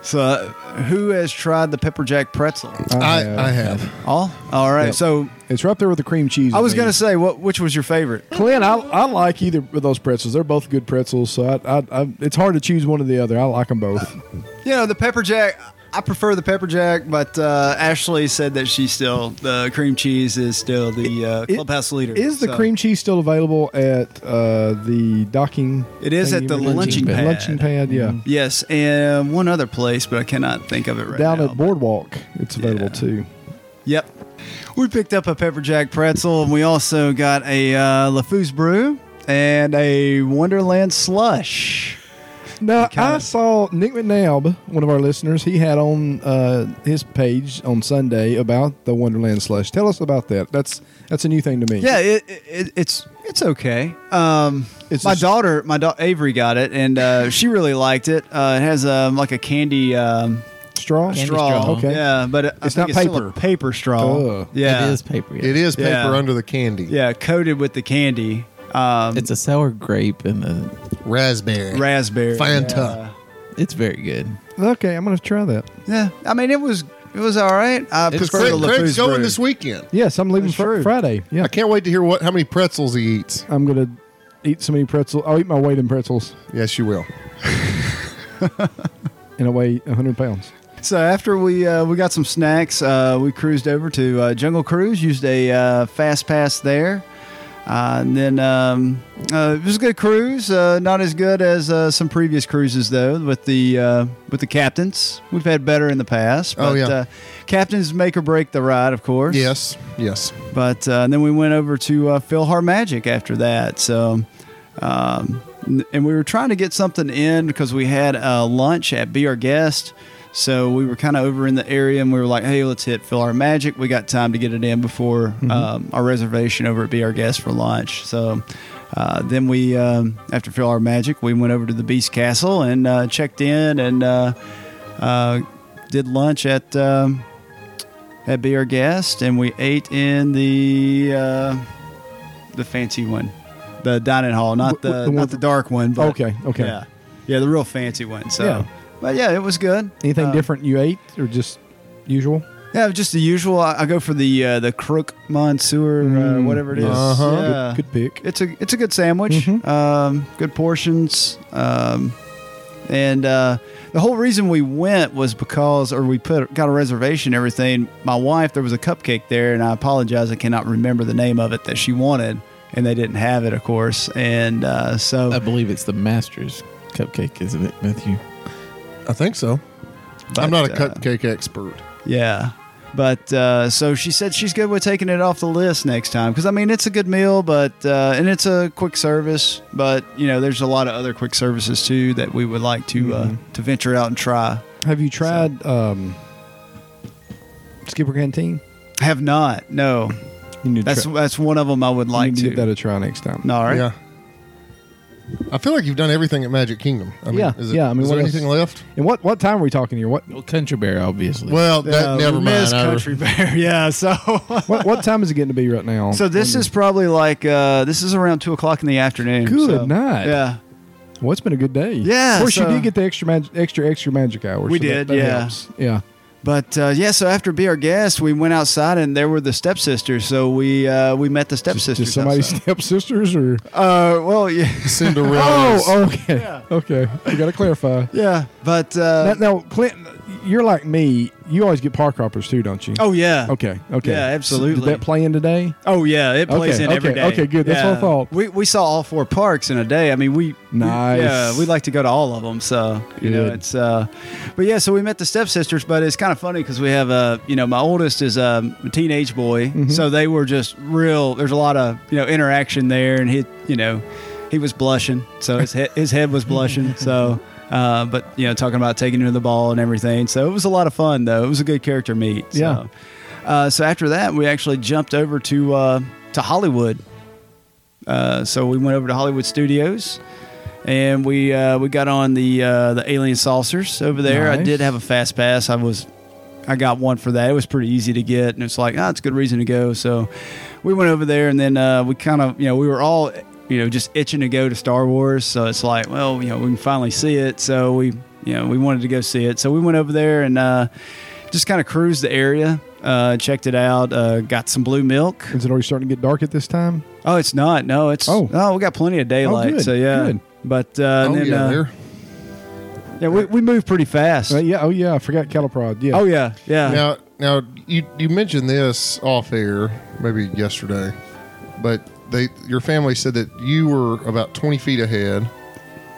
[SPEAKER 6] So, uh, who has tried the pepper jack pretzel?
[SPEAKER 3] I, I have.
[SPEAKER 6] All. All right.
[SPEAKER 5] Yep.
[SPEAKER 6] So
[SPEAKER 5] It's right there with the cream cheese.
[SPEAKER 6] I was
[SPEAKER 5] to me.
[SPEAKER 6] gonna say, what which was your favorite?
[SPEAKER 5] Clint, I, I like either of those pretzels. They're both good pretzels, so I, I, I, it's hard to choose one or the other. I like them both.
[SPEAKER 6] You know, the pepper jack. I prefer the pepper jack, but uh, Ashley said that she still the cream cheese is still the uh,
[SPEAKER 5] It-
[SPEAKER 6] clubhouse leader.
[SPEAKER 5] Is the
[SPEAKER 6] So-
[SPEAKER 5] cream cheese still available at uh, the docking?
[SPEAKER 6] It is
[SPEAKER 5] thing
[SPEAKER 6] at the
[SPEAKER 5] you mentioned?
[SPEAKER 6] lunching pad.
[SPEAKER 5] Lunching pad, yeah.
[SPEAKER 6] Yes, and one other place, but I cannot think of it right
[SPEAKER 5] Down
[SPEAKER 6] now.
[SPEAKER 5] at Boardwalk, it's available
[SPEAKER 6] Yeah.
[SPEAKER 5] too.
[SPEAKER 6] Yep. We picked up a pepper jack pretzel, and we also got a uh, LeFou's brew and a Wonderland slush.
[SPEAKER 5] Now
[SPEAKER 6] kinda-
[SPEAKER 5] I saw Nick McNabb, one of our listeners. He had on uh, his page on Sunday about the Wonderland slush. Tell us about that. That's that's a new thing to me.
[SPEAKER 6] Yeah, it, it, it's it's okay. Um,
[SPEAKER 5] It's
[SPEAKER 6] my
[SPEAKER 5] just-
[SPEAKER 6] daughter, my daughter Avery got it, and uh, she really liked it. Uh, it has um, like a candy um,
[SPEAKER 5] straw.
[SPEAKER 4] Candy
[SPEAKER 6] straw.
[SPEAKER 4] straw.
[SPEAKER 5] Okay.
[SPEAKER 6] Yeah, but it, I
[SPEAKER 5] It's
[SPEAKER 6] think
[SPEAKER 5] not
[SPEAKER 6] still a
[SPEAKER 5] paper. Oh.
[SPEAKER 6] paper straw.
[SPEAKER 5] Ugh.
[SPEAKER 6] Yeah,
[SPEAKER 4] It is paper. yeah.
[SPEAKER 3] It is paper
[SPEAKER 6] Yeah.
[SPEAKER 3] under the candy.
[SPEAKER 6] Yeah, coated with the candy. Um,
[SPEAKER 4] It's a sour grape and a,
[SPEAKER 3] Raspberry.
[SPEAKER 6] raspberry.
[SPEAKER 3] Fanta.
[SPEAKER 4] it's very good.
[SPEAKER 5] Okay, I'm gonna try that.
[SPEAKER 6] Yeah, I mean it was it was all right. I
[SPEAKER 4] It's
[SPEAKER 6] prefer the
[SPEAKER 3] Craig, Craig's
[SPEAKER 6] LeFou's
[SPEAKER 3] going
[SPEAKER 6] brew.
[SPEAKER 3] this weekend.
[SPEAKER 5] Yes, I'm leaving
[SPEAKER 6] That's
[SPEAKER 5] fr-
[SPEAKER 6] true.
[SPEAKER 5] Friday. Yeah,
[SPEAKER 3] I can't wait to hear what how many pretzels he eats.
[SPEAKER 5] I'm gonna eat so many pretzels. I'll eat my weight in pretzels
[SPEAKER 3] Yes, you will.
[SPEAKER 5] and I weigh 100 pounds.
[SPEAKER 6] So after we uh, we got some snacks, uh, we cruised over to uh, Jungle Cruise, used a uh, fast pass there, uh, and then um, uh, it was a good cruise. Uh, not as good as uh, some previous cruises though, with the uh, with the captains. We've had better in the past. But,
[SPEAKER 3] Oh, yeah.
[SPEAKER 6] Uh, captains make or break the ride, of course.
[SPEAKER 3] Yes, yes.
[SPEAKER 6] But uh, and then we went over to uh, Philhar Magic after that. So, um, n- and we were trying to get something in because we had uh, lunch at Be Our Guest. So we were kind of over in the area, and we were like, "Hey, let's hit Philhar Magic. We got time to get it in before um, our reservation over at Be Our Guest for lunch." So. Uh, then we, um, after Philhar Magic, we went over to the Beast Castle and uh, checked in and uh, uh, did lunch at um, at Be Our Guest, and we ate in the uh, the fancy one, the dining hall, not the,
[SPEAKER 5] W- the one-
[SPEAKER 6] not the dark one. But
[SPEAKER 5] Okay, okay.
[SPEAKER 6] yeah, yeah, the real fancy one. So,
[SPEAKER 5] Yeah.
[SPEAKER 6] but yeah, it was good.
[SPEAKER 5] Anything
[SPEAKER 6] Uh,
[SPEAKER 5] different you ate or just usual?
[SPEAKER 6] Yeah, just the usual. I, I go for the uh, the crook monsieur, uh,
[SPEAKER 5] Mm,
[SPEAKER 6] whatever it is.
[SPEAKER 3] uh-huh. Good-
[SPEAKER 6] Yeah.
[SPEAKER 5] Good pick.
[SPEAKER 6] It's a it's a good sandwich.
[SPEAKER 5] Mhm.
[SPEAKER 6] Um, good portions. Um, and uh, the whole reason we went was because, or we put got a reservation. and Everything. My wife, there was a cupcake there, and I apologize, I cannot remember the name of it that she wanted, and they didn't have it, of course. And uh, so
[SPEAKER 4] I believe it's the Masters cupcake, isn't it, Matthew?
[SPEAKER 3] I think so.
[SPEAKER 6] But,
[SPEAKER 3] I'm not a
[SPEAKER 6] uh,
[SPEAKER 3] cupcake expert.
[SPEAKER 6] Yeah. But uh, so she said she's good with taking it off the list next time because I mean it's a good meal, but uh, and it's a quick service. But you know, there's a lot of other quick services too that we would like to uh,
[SPEAKER 5] Mm-hmm.
[SPEAKER 6] to venture out and try.
[SPEAKER 5] Have you tried um, Skipper Canteen?
[SPEAKER 6] Have not, no.
[SPEAKER 5] You need to
[SPEAKER 6] That's
[SPEAKER 5] try-
[SPEAKER 6] that's one of them I would
[SPEAKER 5] you
[SPEAKER 6] like
[SPEAKER 5] need
[SPEAKER 6] to.
[SPEAKER 5] give that a try next time.
[SPEAKER 6] No, all right. Uh,
[SPEAKER 3] Yeah. I feel like you've done everything at Magic Kingdom. I mean,
[SPEAKER 5] Yeah,
[SPEAKER 3] Is it,
[SPEAKER 5] yeah, I mean,
[SPEAKER 3] is
[SPEAKER 5] what
[SPEAKER 3] there
[SPEAKER 5] else?
[SPEAKER 3] anything left?
[SPEAKER 5] And what what time are we talking
[SPEAKER 6] [LAUGHS]
[SPEAKER 5] here? What
[SPEAKER 4] Well, Country Bear, obviously.
[SPEAKER 3] Well, that
[SPEAKER 6] Uh, we
[SPEAKER 3] never mind.
[SPEAKER 6] missed
[SPEAKER 3] I-
[SPEAKER 6] Country Bear. [LAUGHS] Yeah, so
[SPEAKER 5] what, what time is it getting to be right now? Um,
[SPEAKER 6] so this is probably like uh, this is around two o'clock in the afternoon.
[SPEAKER 5] Good
[SPEAKER 6] so-
[SPEAKER 5] night.
[SPEAKER 6] Yeah,
[SPEAKER 5] well, it's been a good day.
[SPEAKER 6] Yeah,
[SPEAKER 5] Of course,
[SPEAKER 6] so-
[SPEAKER 5] you did get the extra mag- extra extra magic hours.
[SPEAKER 6] We
[SPEAKER 5] so that-
[SPEAKER 6] did,
[SPEAKER 5] that
[SPEAKER 6] yeah.
[SPEAKER 5] helps. yeah.
[SPEAKER 6] But uh, yeah, so after be our guest, we went outside and there were the stepsisters. So we uh, we met the stepsisters.
[SPEAKER 5] Just somebody's
[SPEAKER 6] outside.
[SPEAKER 5] stepsisters or
[SPEAKER 6] [LAUGHS] Uh, well, yeah,
[SPEAKER 3] [LAUGHS]
[SPEAKER 6] [LAUGHS]
[SPEAKER 3] Cinderella.
[SPEAKER 5] oh okay okay we got to clarify.
[SPEAKER 6] yeah, but
[SPEAKER 5] now,
[SPEAKER 6] uh,
[SPEAKER 5] now, Clinton, you're like me. You always get park hoppers too, don't you?
[SPEAKER 6] oh yeah,
[SPEAKER 5] Okay. Okay.
[SPEAKER 6] Yeah, absolutely.
[SPEAKER 5] So did that play in today?
[SPEAKER 6] oh yeah, it plays
[SPEAKER 5] Okay,
[SPEAKER 6] in every
[SPEAKER 5] okay,
[SPEAKER 6] day.
[SPEAKER 5] okay, good. That's
[SPEAKER 6] yeah.
[SPEAKER 5] what I thought.
[SPEAKER 6] We we saw all four parks in a day. I mean, we we-
[SPEAKER 5] Nice.
[SPEAKER 6] yeah, we like to go to all of them. So you know,
[SPEAKER 5] Good.
[SPEAKER 6] it's uh, but yeah, so we met the stepsisters. But it's kind of funny because we have uh, you know, my oldest is um, a teenage boy,
[SPEAKER 5] Mm-hmm.
[SPEAKER 6] so they were just real. There's a lot of you know interaction there, and he you know, he was blushing, so his head his head was blushing.
[SPEAKER 5] [LAUGHS]
[SPEAKER 6] So. Uh, but you know, talking about taking to the ball and everything, so it was a lot of fun though. It was a good character meet. So.
[SPEAKER 5] Yeah.
[SPEAKER 6] Uh, so after that, we actually jumped over to uh, to Hollywood. Uh, so we went over to Hollywood Studios, and we uh, we got on the uh, the alien saucers over there. I
[SPEAKER 5] Nice.
[SPEAKER 6] did have a fast pass. I was I got one for that. It was pretty easy to get, and it's like ah, it's a good reason to go. So we went over there, and then uh, we kind of you know we were all you know just itching to go to Star Wars. So it's like well you know we can finally see it. So we you know we wanted to go see it. So we went over there and uh, just kind of cruised the area. Uh, checked it out. Uh, got some blue milk.
[SPEAKER 5] Is it already starting to get dark at this time?
[SPEAKER 6] Oh, it's not. No, it's oh,
[SPEAKER 5] Oh.
[SPEAKER 6] we got plenty of daylight.
[SPEAKER 5] good,
[SPEAKER 6] So yeah,
[SPEAKER 5] good.
[SPEAKER 6] but uh, and
[SPEAKER 3] Oh,
[SPEAKER 6] then,
[SPEAKER 3] yeah,
[SPEAKER 6] uh,
[SPEAKER 3] there.
[SPEAKER 6] yeah, we, we move pretty fast.
[SPEAKER 5] Uh, yeah. Oh yeah. I forgot Caliprod. Yeah.
[SPEAKER 6] Oh yeah, yeah.
[SPEAKER 3] Now, now you you mentioned this off air, maybe yesterday, but they your family said that you were about twenty feet ahead.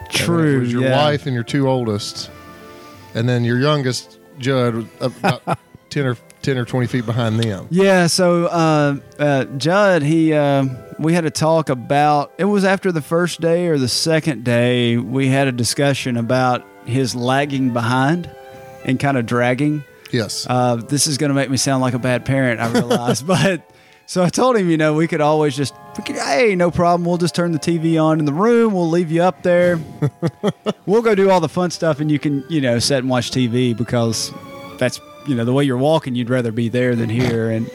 [SPEAKER 6] True.
[SPEAKER 3] It was your
[SPEAKER 6] yeah.
[SPEAKER 3] wife and your two oldest, and then your youngest Judd was
[SPEAKER 6] [LAUGHS]
[SPEAKER 3] about ten or ten or twenty feet behind them.
[SPEAKER 6] Yeah. So uh, uh, Judd, he uh, we had a talk about. It was after the first day or the second day. We had a discussion about his lagging behind and kind of dragging.
[SPEAKER 3] Yes.
[SPEAKER 6] Uh, this is going to make me sound like a bad parent, I
[SPEAKER 3] [LAUGHS]
[SPEAKER 6] realize. but so I told him, you know, we could always just, we could, hey, no problem. We'll just turn the TV on in the room. We'll leave you
[SPEAKER 3] [LAUGHS]
[SPEAKER 6] up there. we'll go do all the fun stuff, and you can, you know, sit and watch TV because that's, you know, the way you're walking, you'd rather be there than here. And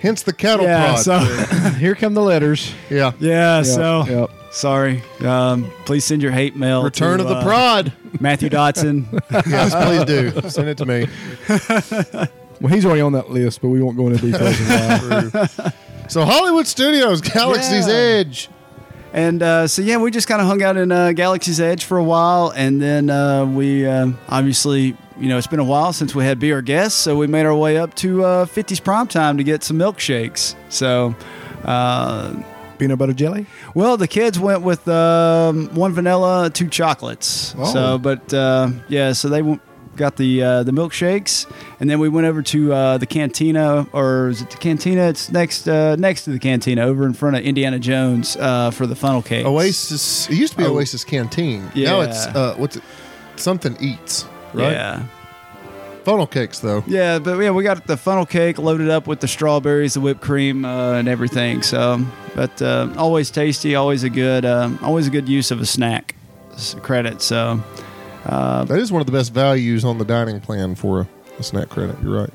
[SPEAKER 3] Hence the cattle
[SPEAKER 6] yeah,
[SPEAKER 3] prod.
[SPEAKER 6] so
[SPEAKER 5] [COUGHS] Here come the letters.
[SPEAKER 3] yeah.
[SPEAKER 6] [LAUGHS] yeah,
[SPEAKER 5] Yeah,
[SPEAKER 6] so
[SPEAKER 5] yeah.
[SPEAKER 6] sorry. Um, please send your hate mail.
[SPEAKER 3] Return
[SPEAKER 6] to,
[SPEAKER 3] of the
[SPEAKER 6] uh, [LAUGHS]
[SPEAKER 3] prod.
[SPEAKER 6] Matthew
[SPEAKER 3] [LAUGHS]
[SPEAKER 6] Dotson.
[SPEAKER 3] yes, please do. Send it to
[SPEAKER 6] [LAUGHS]
[SPEAKER 3] me.
[SPEAKER 5] Well, he's already on that list, but we won't go into details. of why.
[SPEAKER 3] So Hollywood Studios, Galaxy's
[SPEAKER 6] Yeah.
[SPEAKER 3] Edge.
[SPEAKER 6] And uh, so yeah, we just kind of hung out in uh, Galaxy's Edge for a while, and then uh, we um obviously, you know, it's been a while since we had Be Our Guest, so we made our way up to uh, 50s Prime Time to get some milkshakes. So, uh,
[SPEAKER 5] [LAUGHS] Peanut butter jelly.
[SPEAKER 6] well, the kids went with um, one vanilla, two chocolates. So, but uh, yeah, so they went, got the uh, the milkshakes, and then we went over to uh, the cantina, or is it the cantina? It's next uh, next to the cantina, over in front of Indiana Jones uh, for the funnel cake.
[SPEAKER 3] Oasis. Oh. It used to be Oasis Canteen. Now it's
[SPEAKER 6] Yeah.
[SPEAKER 3] uh, what's it? Something eats. Right.
[SPEAKER 6] Yeah.
[SPEAKER 3] Funnel cakes though.
[SPEAKER 6] Yeah, but yeah, we got the funnel cake loaded up with the strawberries, the whipped cream, uh, and everything. So, but uh, always tasty, always a good, um, always a good use of a snack s- credit. So, Uh,
[SPEAKER 3] That is one of the best values on the dining plan for a, a snack credit. You're right.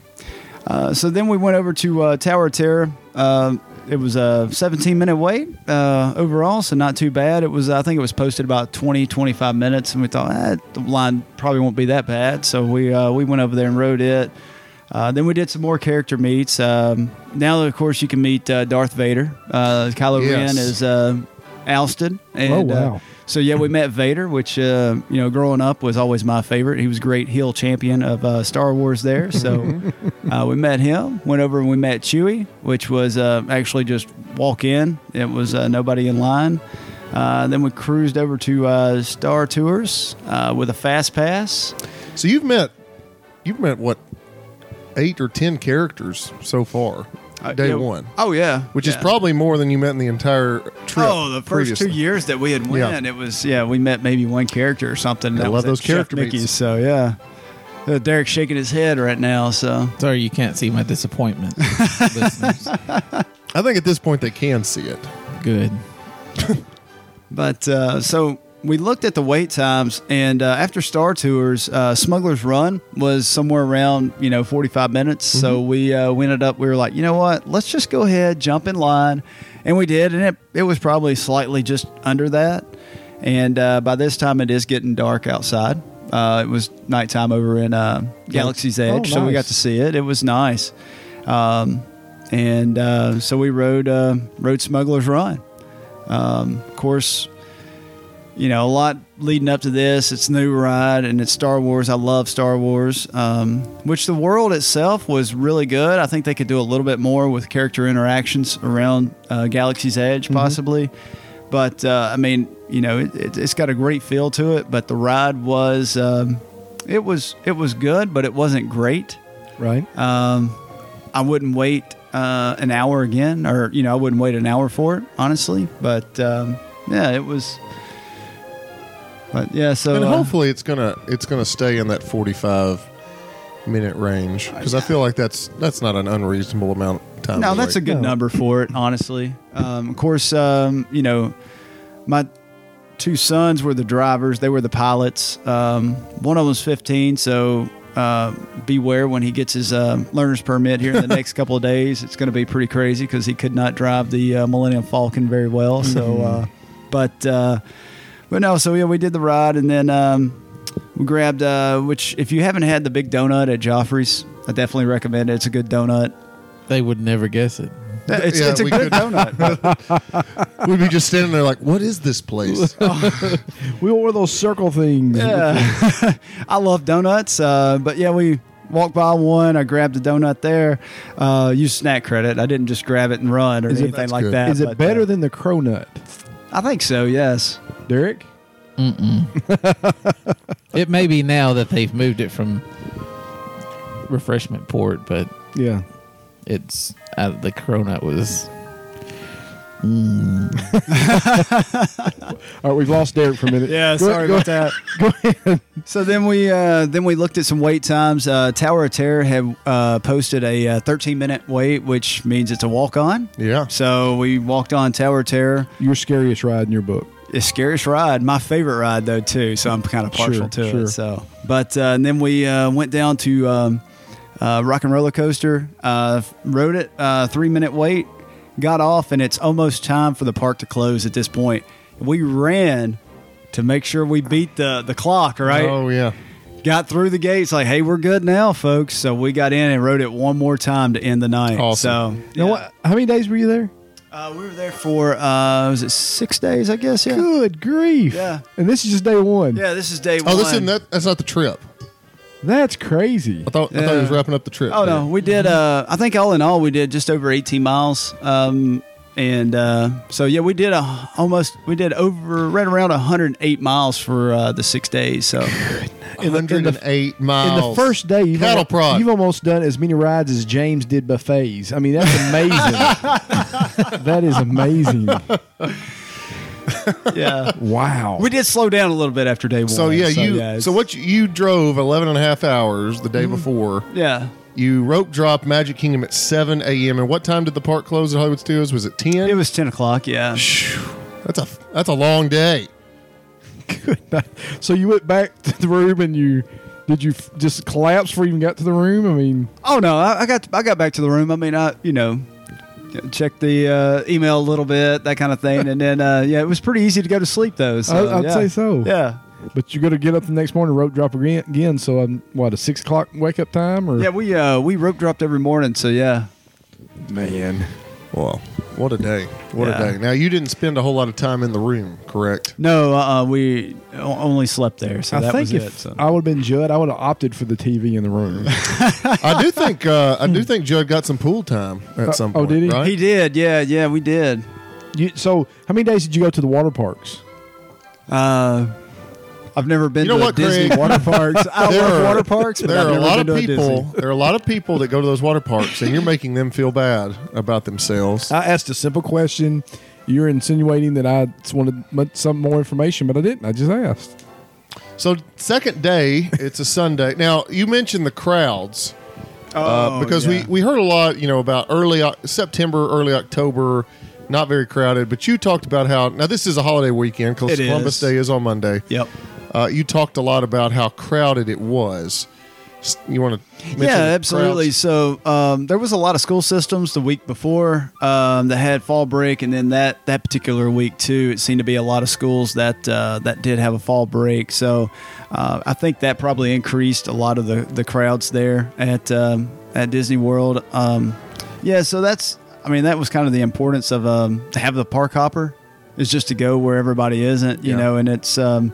[SPEAKER 6] uh, so then we went over to uh, Tower of Terror. Um it was a 17 minute wait uh, overall, so not too bad. It was, I think it was posted about 20, 25 minutes, and we thought eh, the line probably won't be that bad. So we uh, we went over there and rode it. Uh, then we did some more character meets. Um, now, of course, you can meet uh, Darth Vader. Uh, Kylo
[SPEAKER 3] Yes.
[SPEAKER 6] Ren is uh, ousted. And,
[SPEAKER 5] Oh,
[SPEAKER 6] uh,
[SPEAKER 5] wow.
[SPEAKER 6] so yeah, we met Vader, which uh, you know, growing up was always my favorite. He was a great heel champion of uh, Star Wars. There, so uh, we met him. Went over and we met Chewie, which was uh, actually just walk in. It was uh, nobody in line. Uh, then we cruised over to uh, Star Tours uh, with a fast pass.
[SPEAKER 3] So you've met, you've met what eight or ten characters so far,
[SPEAKER 6] Uh,
[SPEAKER 3] day
[SPEAKER 6] yeah.
[SPEAKER 3] one,
[SPEAKER 6] Oh yeah,
[SPEAKER 3] which is
[SPEAKER 6] Yeah.
[SPEAKER 3] probably more than you met in the entire trip.
[SPEAKER 6] Oh, the first two
[SPEAKER 3] previously.
[SPEAKER 6] years that we had went,
[SPEAKER 3] Yeah.
[SPEAKER 6] it was yeah, we met maybe one character or something.
[SPEAKER 3] I
[SPEAKER 6] that
[SPEAKER 3] love
[SPEAKER 6] was at
[SPEAKER 3] those
[SPEAKER 6] Chef
[SPEAKER 3] character
[SPEAKER 6] Mickey's,
[SPEAKER 3] beats.
[SPEAKER 6] So yeah, uh, Derek's shaking his head right now. So
[SPEAKER 4] Sorry, you can't see
[SPEAKER 6] [LAUGHS]
[SPEAKER 4] my disappointment. listeners.
[SPEAKER 3] I think at this point they can see it.
[SPEAKER 4] Good.
[SPEAKER 6] But uh, so we looked at the wait times, and uh, after Star Tours, uh, Smuggler's Run was somewhere around you know 45 minutes. So we uh, we ended up we were like, you know what, let's just go ahead, jump in line, and we did, and it it was probably slightly just under that. And uh, by this time, it is getting dark outside. Uh, it was nighttime over in uh, Galaxy's Edge, so we got
[SPEAKER 5] nice.
[SPEAKER 6] to see it. It was nice, um, and uh, so we rode uh, rode Smuggler's Run. Um, of course, you know, a lot leading up to this. It's new ride and it's Star Wars. I love Star Wars, um, which the world itself was really good. I think they could do a little bit more with character interactions around uh, Galaxy's Edge, possibly. But uh, I mean, you know, it, it, it's got a great feel to it. But the ride was, um, it was, it was good, but it wasn't great.
[SPEAKER 5] right?
[SPEAKER 6] Um, I wouldn't wait uh, an hour again, or you know, I wouldn't wait an hour for it, honestly. But um, yeah, it was. But yeah, so
[SPEAKER 3] and
[SPEAKER 6] uh,
[SPEAKER 3] hopefully it's gonna it's gonna stay in that 45 minute range because I feel like that's that's not an unreasonable amount of time.
[SPEAKER 6] no,
[SPEAKER 3] to
[SPEAKER 6] that's a
[SPEAKER 3] wait.
[SPEAKER 6] good
[SPEAKER 5] No.
[SPEAKER 6] number for it, honestly. Um, of course, um, you know, my two sons were the drivers; they were the pilots. Um, one of them was 15, so. Uh, beware when he gets his uh, learner's permit here in the
[SPEAKER 3] [LAUGHS]
[SPEAKER 6] next couple of days. It's going to be pretty crazy because he could not drive the uh, Millennium Falcon very well. So,
[SPEAKER 3] Mm-hmm.
[SPEAKER 6] uh, but uh, But no, so yeah, we did the ride, and then um, we grabbed. Uh, which, if you haven't had the big donut at Joffrey's, I definitely recommend it. It's a good donut.
[SPEAKER 4] They would never guess it.
[SPEAKER 6] It's,
[SPEAKER 3] Yeah,
[SPEAKER 6] it's a
[SPEAKER 3] we
[SPEAKER 6] good donut.
[SPEAKER 3] [LAUGHS] We'd be just standing there like, what is this
[SPEAKER 6] [LAUGHS]
[SPEAKER 3] place?
[SPEAKER 5] We want one of those circle things.
[SPEAKER 6] Yeah. [LAUGHS] I love donuts. Uh, but yeah, we walked by one. I grabbed a donut there. Uh, used snack credit. I didn't just grab it and run or
[SPEAKER 5] Is it-
[SPEAKER 6] anything
[SPEAKER 3] That's
[SPEAKER 6] like
[SPEAKER 3] good.
[SPEAKER 6] that.
[SPEAKER 5] Is it
[SPEAKER 6] but,
[SPEAKER 5] better
[SPEAKER 6] uh,
[SPEAKER 5] than the cronut,
[SPEAKER 6] I think so. Yes.
[SPEAKER 5] Derek?
[SPEAKER 4] It may be now that they've moved it from refreshment port, but
[SPEAKER 5] Yeah.
[SPEAKER 4] it's uh, the Cronut was.
[SPEAKER 5] All right, we've lost Derek for a
[SPEAKER 6] [LAUGHS]
[SPEAKER 5] minute. Go- go-
[SPEAKER 6] that. So then we uh, then we looked at some wait times. Uh, Tower of Terror had uh, posted a uh, 13 minute wait, which means it's a walk on.
[SPEAKER 3] yeah.
[SPEAKER 6] So we walked on Tower of Terror.
[SPEAKER 5] Your scariest ride in your book.
[SPEAKER 6] It's scariest ride, my favorite ride though too. So I'm kind of partial
[SPEAKER 5] Sure,
[SPEAKER 6] to it.
[SPEAKER 5] sure.
[SPEAKER 6] So, but uh, and then we uh, went down to um, uh, Rock and Roller Coaster, uh, rode it, uh, three minute wait, got off, and it's almost time for the park to close at this point. We ran to make sure we beat the the clock. Right,
[SPEAKER 3] Oh yeah.
[SPEAKER 6] got through the gates like, hey, we're good now, folks. So we got in and rode it one more time to end the night.
[SPEAKER 3] Awesome.
[SPEAKER 6] So
[SPEAKER 5] Now, what, how many days were you there?
[SPEAKER 6] Uh, we were there for uh, was it six days? I guess. Yeah.
[SPEAKER 5] Good grief.
[SPEAKER 6] Yeah.
[SPEAKER 5] And this is just day one.
[SPEAKER 6] Yeah, this is day one.
[SPEAKER 3] Oh, this isn't that. That's not the trip.
[SPEAKER 5] That's crazy.
[SPEAKER 3] I thought I thought he was
[SPEAKER 6] Yeah.
[SPEAKER 3] wrapping up the trip.
[SPEAKER 6] Oh no, we did. Uh,
[SPEAKER 3] Mm-hmm.
[SPEAKER 6] I think all in all, we did just over eighteen miles. Um, and uh, so yeah, we did a, almost we did over right around hundred and eight miles for uh, the six days.
[SPEAKER 3] [LAUGHS]
[SPEAKER 6] So
[SPEAKER 3] in the, in the eight
[SPEAKER 5] In
[SPEAKER 3] miles.
[SPEAKER 6] Oh,
[SPEAKER 5] the first day, you've,
[SPEAKER 3] cattle
[SPEAKER 5] almost,
[SPEAKER 3] prod.
[SPEAKER 5] you've almost done as many rides as James did buffets. I mean, that's amazing.
[SPEAKER 6] [LAUGHS]
[SPEAKER 5] that is amazing.
[SPEAKER 6] yeah,
[SPEAKER 5] Wow.
[SPEAKER 6] we did slow down a little bit after day one.
[SPEAKER 3] so yeah, you
[SPEAKER 6] it's-
[SPEAKER 3] so what you, you drove 11 and a half hours the day before.
[SPEAKER 6] Yeah,
[SPEAKER 3] You rope drop Magic Kingdom at 7 a.m. And what time did the park close at Hollywood Studios? Was it 10?
[SPEAKER 6] it was ten o'clock. Yeah,
[SPEAKER 3] that's a that's a long day.
[SPEAKER 5] [LAUGHS] so you went back to the room and you did you f- just collapse before you even got to the room? I mean,
[SPEAKER 6] Oh no, I, I got I got back to the room. I mean, I you know checked the uh, email a little bit, that kind of thing, and then uh, yeah, it was pretty easy to go to sleep though. So,
[SPEAKER 5] I, I'd
[SPEAKER 6] yeah.
[SPEAKER 5] say so.
[SPEAKER 6] Yeah,
[SPEAKER 5] But you're gonna get up the next morning, rope drop again. again so I'm what a six o'clock wake up time or
[SPEAKER 6] yeah, we uh, we rope dropped every morning. So yeah,
[SPEAKER 5] man.
[SPEAKER 3] Well, what a day. What
[SPEAKER 6] Yeah.
[SPEAKER 3] a day. Now you didn't spend a whole lot of time in the room, correct?
[SPEAKER 6] no, uh, uh, we o- only slept there. So
[SPEAKER 5] I
[SPEAKER 6] that
[SPEAKER 5] think
[SPEAKER 6] was
[SPEAKER 5] if
[SPEAKER 6] it. So.
[SPEAKER 5] I would have been Judd, I would have opted for the TV in the
[SPEAKER 6] [LAUGHS]
[SPEAKER 5] room.
[SPEAKER 3] [LAUGHS] I do think uh, I do think Judd got some pool time at some
[SPEAKER 5] oh,
[SPEAKER 3] point.
[SPEAKER 5] did he?
[SPEAKER 3] right?
[SPEAKER 6] he did, yeah, yeah, we did.
[SPEAKER 5] you, so, how many days did you go to the water parks?
[SPEAKER 6] Uh, I've never been
[SPEAKER 3] You know
[SPEAKER 6] to a
[SPEAKER 3] what,
[SPEAKER 6] Disney
[SPEAKER 3] Craig? [LAUGHS]
[SPEAKER 6] water parks. I love water parks, but
[SPEAKER 3] There
[SPEAKER 6] I've
[SPEAKER 3] are a
[SPEAKER 6] never
[SPEAKER 3] lot
[SPEAKER 6] been
[SPEAKER 3] of
[SPEAKER 6] to a Disney.
[SPEAKER 3] people. There are a lot of people that go to those water parks, and you're making them feel bad about themselves.
[SPEAKER 5] I asked a simple question. You're insinuating that I just wanted mu- some more information, but I didn't. I just asked.
[SPEAKER 3] So second day, it's a Sunday. Now you mentioned the crowds uh, because
[SPEAKER 6] Oh, yeah.
[SPEAKER 3] we we heard a lot, you know, about early Oc- September, early October, not very crowded. But you talked about how now this is a holiday weekend because
[SPEAKER 6] It is.
[SPEAKER 3] Columbus Day is on Monday.
[SPEAKER 6] Yep.
[SPEAKER 3] Uh, you talked a lot about how crowded it was. S- You want to?
[SPEAKER 6] Yeah, absolutely.
[SPEAKER 3] Crowds?
[SPEAKER 6] So um, there was a lot of school systems the week before um, that had fall break, and then that that particular week too, it seemed to be a lot of schools that uh, that did have a fall break. So uh, I think that probably increased a lot of the, the crowds there at um, at Disney World. Um, yeah, so that's I mean that was kind of the importance of um, to have the park hopper is just to go where everybody isn't, you
[SPEAKER 3] Yeah.
[SPEAKER 6] know, and it's. Um,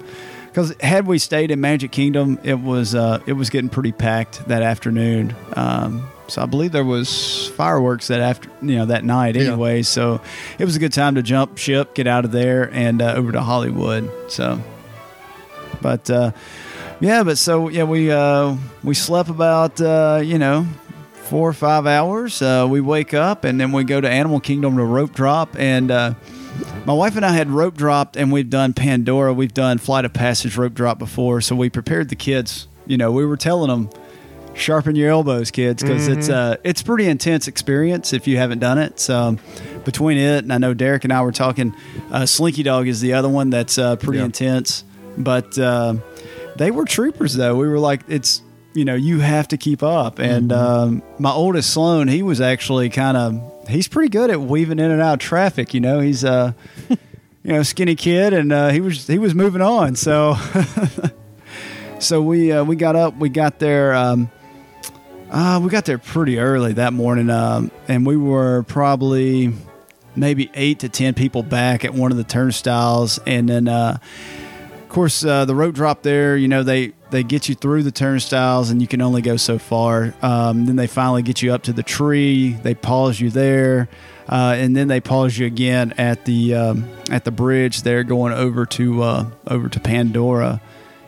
[SPEAKER 6] because had we stayed in Magic Kingdom, it was uh, it was getting pretty packed that afternoon. Um, so I believe there was fireworks that after you know that night
[SPEAKER 3] Yeah.
[SPEAKER 6] anyway. So it was a good time to jump ship, get out of there, and uh, over to Hollywood. So, but uh, yeah, but so yeah, we uh, we slept about uh, you know four or five hours. Uh, we wake up and then we go to Animal Kingdom to rope drop and. Uh, my wife and I had rope dropped, and we've done Pandora, we've done Flight of Passage rope drop before, so we prepared the kids. You know, we were telling them, sharpen your elbows, kids, because it's uh, it's pretty intense experience if you haven't done it. So um, between it, and I know Derek and I were talking, uh, Slinky Dog is the other one that's uh, pretty
[SPEAKER 3] Yeah.
[SPEAKER 6] intense, but uh, they were troopers though. We were like, it's you know, you have to keep up. And um, my oldest Sloan, he was actually kind of he's pretty good at weaving in and out of traffic. You know, he's uh you know skinny kid and uh, he was he was moving on so [LAUGHS] so we uh, we got up we got there um, uh, we got there pretty early that morning um, and we were probably maybe eight to ten people back at one of the turnstiles and then uh, of course uh, the rope drop there you know they they get you through the turnstiles and you can only go so far um, then they finally get you up to the tree they pause you there uh, and then they pause you again at the um, at the bridge there going over to uh, over to pandora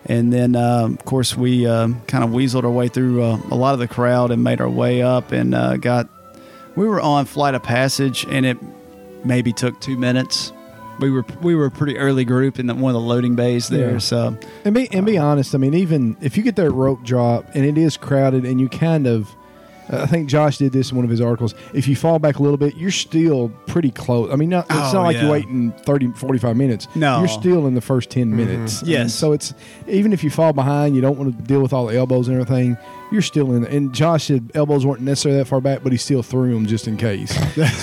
[SPEAKER 6] and then um, of course we um, kind of weaseled our way through uh, a lot of the crowd and made our way up and uh, got we were on flight of passage and it maybe took two minutes we were we were a pretty early group in the, one of the loading bays there
[SPEAKER 5] Yeah.
[SPEAKER 6] so
[SPEAKER 5] And be and be honest. I mean, even if you get that rope drop and it is crowded, and you kind of, I think Josh did this in one of his articles. If you fall back a little bit, you're still pretty close. I mean, not, it's
[SPEAKER 6] Oh,
[SPEAKER 5] not like
[SPEAKER 6] yeah.
[SPEAKER 5] you're waiting 30, 45 minutes.
[SPEAKER 6] No. Mm-hmm.
[SPEAKER 5] you're still in the first ten minutes.
[SPEAKER 6] Yes.
[SPEAKER 5] And so it's even if you fall behind, you don't want to deal with all the elbows and everything. You're still in. And Josh said elbows weren't necessarily that far back, but he still threw them just in
[SPEAKER 6] [LAUGHS]
[SPEAKER 5] case.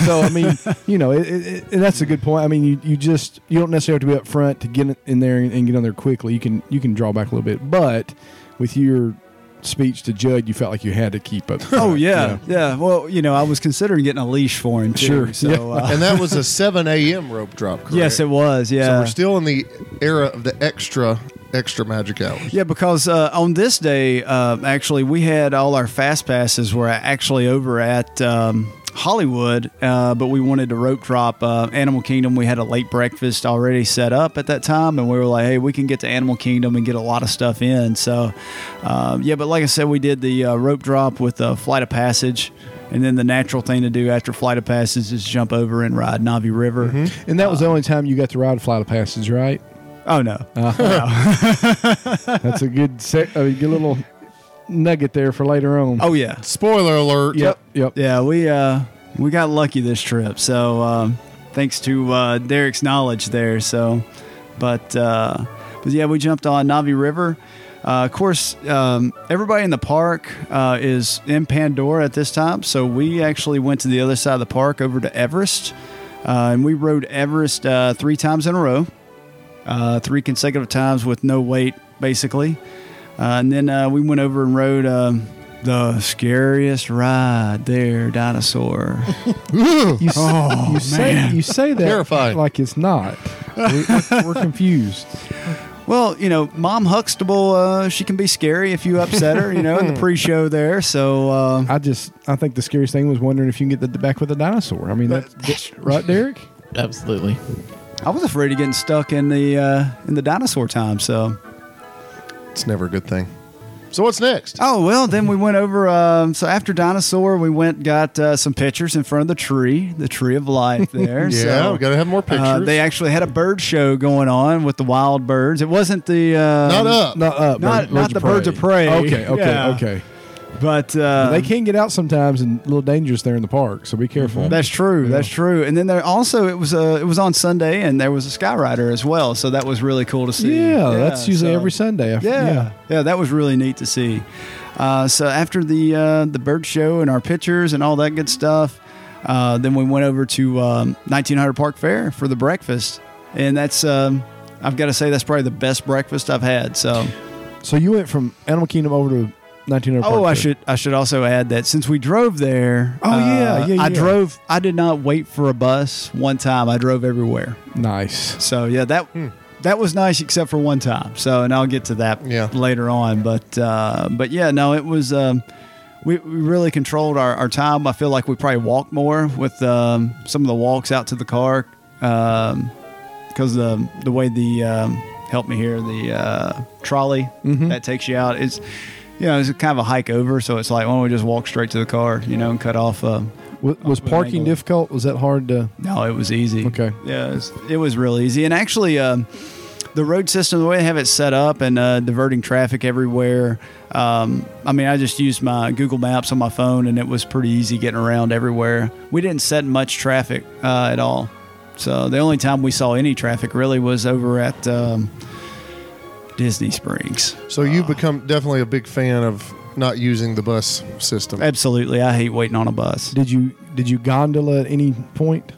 [SPEAKER 5] so I mean, you know, it, it, it- and that's a good point. I mean, you, you just you don't necessarily have to be up front to get in there and, and get on there quickly. You can you can draw back a little bit, but with your speech to Judd, you felt like you had to keep up.
[SPEAKER 6] [LAUGHS] oh
[SPEAKER 5] front, you
[SPEAKER 6] yeah
[SPEAKER 5] know.
[SPEAKER 6] yeah well you know i was considering getting a leash for him too,
[SPEAKER 5] Sure,
[SPEAKER 6] so
[SPEAKER 5] yeah.
[SPEAKER 3] [LAUGHS]
[SPEAKER 6] uh,
[SPEAKER 3] and that was a 7 a.m. rope drop. Correct?
[SPEAKER 6] yes it was uh, yeah
[SPEAKER 3] So we're still in the era of the extra extra magic hours.
[SPEAKER 6] Yeah, because uh, on this day, uh, actually, we had all our fast passes were actually over at um, Hollywood, uh, but we wanted to rope drop uh, Animal Kingdom. We had a late breakfast already set up at that time, and we were like, hey, we can get to Animal Kingdom and get a lot of stuff in. So, um, yeah, but like I said, we did the uh, rope drop with uh, Flight of Passage. And then the natural thing to do after Flight of Passage is jump over and ride Navi River.
[SPEAKER 5] And that was the only time you got to ride a flight of passage,
[SPEAKER 6] [LAUGHS]
[SPEAKER 5] right?
[SPEAKER 6] Oh, no.
[SPEAKER 5] That's a good sec- a good little nugget there for later on.
[SPEAKER 6] Oh, yeah.
[SPEAKER 3] Spoiler alert.
[SPEAKER 5] yep, yep.
[SPEAKER 6] Yeah, we uh we got lucky this trip. So um, thanks to uh, Derek's knowledge there. So, but uh, but yeah, we jumped on Navi River. Uh, of course, um, everybody in the park uh, is in Pandora at this time. So we actually went to the other side of the park over to Everest, uh, and we rode Everest uh, three times in a row, uh, three consecutive times with no wait, basically. Uh, and then uh, we went over and rode um, the scariest ride
[SPEAKER 3] [LAUGHS]
[SPEAKER 6] there, dinosaur.
[SPEAKER 5] You, s-
[SPEAKER 6] Oh,
[SPEAKER 5] you say you say that
[SPEAKER 3] Terrifying.
[SPEAKER 5] like it's not. We, we're, we're confused.
[SPEAKER 6] well, you know, Mom Huxtable, uh, she can be scary if you upset her, you
[SPEAKER 3] [LAUGHS]
[SPEAKER 6] know, in the pre-show there. So uh,
[SPEAKER 5] I just I think the scariest thing was wondering if you can get the back with a dinosaur. I mean, that's, right, Derek.
[SPEAKER 4] Absolutely.
[SPEAKER 6] I was afraid of getting stuck in the uh, in the dinosaur time. So
[SPEAKER 3] It's never a good thing. So what's next?
[SPEAKER 6] Oh well, then we went over. Um, so after dinosaur, we went got uh, some pictures in front of the tree, the tree
[SPEAKER 3] [LAUGHS]
[SPEAKER 6] of life. There,
[SPEAKER 3] Yeah,
[SPEAKER 6] so,
[SPEAKER 3] we gotta have more
[SPEAKER 6] Uh,
[SPEAKER 3] pictures.
[SPEAKER 6] they actually had a bird show going on with the wild birds. It wasn't the uh,
[SPEAKER 3] Not up.
[SPEAKER 5] Not up.
[SPEAKER 6] Not-
[SPEAKER 5] bird-
[SPEAKER 6] not
[SPEAKER 5] birds
[SPEAKER 6] the birds of prey.
[SPEAKER 5] Okay, okay,
[SPEAKER 6] Yeah.
[SPEAKER 5] okay.
[SPEAKER 6] but uh,
[SPEAKER 5] they can get out sometimes and a little dangerous there in the park, so be careful.
[SPEAKER 6] Mm-hmm. That's true. That's true. And then there also it was uh, it was on Sunday, and there was a sky rider as well. So that was really cool to see.
[SPEAKER 5] yeah, that's usually
[SPEAKER 6] so-
[SPEAKER 5] every Sunday. I-
[SPEAKER 6] Yeah, yeah, that was really neat to see. Uh, so after the uh, the bird show and our pictures and all that good stuff, uh, then we went over to um, 1900 Park Fair for the breakfast, and that's um, I've got to say that's probably the best breakfast I've had. So
[SPEAKER 5] So you went from Animal Kingdom over to 1900. Park
[SPEAKER 6] oh, I
[SPEAKER 5] Fair.
[SPEAKER 6] should I should also add that since we drove there, uh,
[SPEAKER 5] Oh, yeah, yeah, yeah.
[SPEAKER 6] I drove. I did not wait for a bus one time. I drove everywhere.
[SPEAKER 5] Nice.
[SPEAKER 6] So yeah, that that was nice, except for one time. So and I'll get to that
[SPEAKER 3] Yeah.
[SPEAKER 6] later on. But uh, but yeah, no, it was um, we, we really controlled our, our time. I feel like we probably walked more with um, some of the walks out to the car because the the way the um, help me here the uh, trolley that takes you out is. You know, it's kind of a hike over, so it's like why don't we just walk straight to the car, you know, and cut off. Um,
[SPEAKER 5] Was, was
[SPEAKER 6] Angle.
[SPEAKER 5] parking difficult? Was that hard to?
[SPEAKER 6] no, it was easy.
[SPEAKER 5] Okay.
[SPEAKER 6] Yeah, it was, it was real easy. And actually, um, the road system, the way they have it set up and uh, diverting traffic everywhere. Um, I mean, I just used my Google Maps on my phone and it was pretty easy getting around everywhere. We didn't set much traffic uh, at all. So the only time we saw any traffic really was over at um, Disney Springs.
[SPEAKER 3] so you've become definitely a big fan of not using the bus system.
[SPEAKER 6] Absolutely. I hate waiting on a bus.
[SPEAKER 5] Did you did you gondola at any point?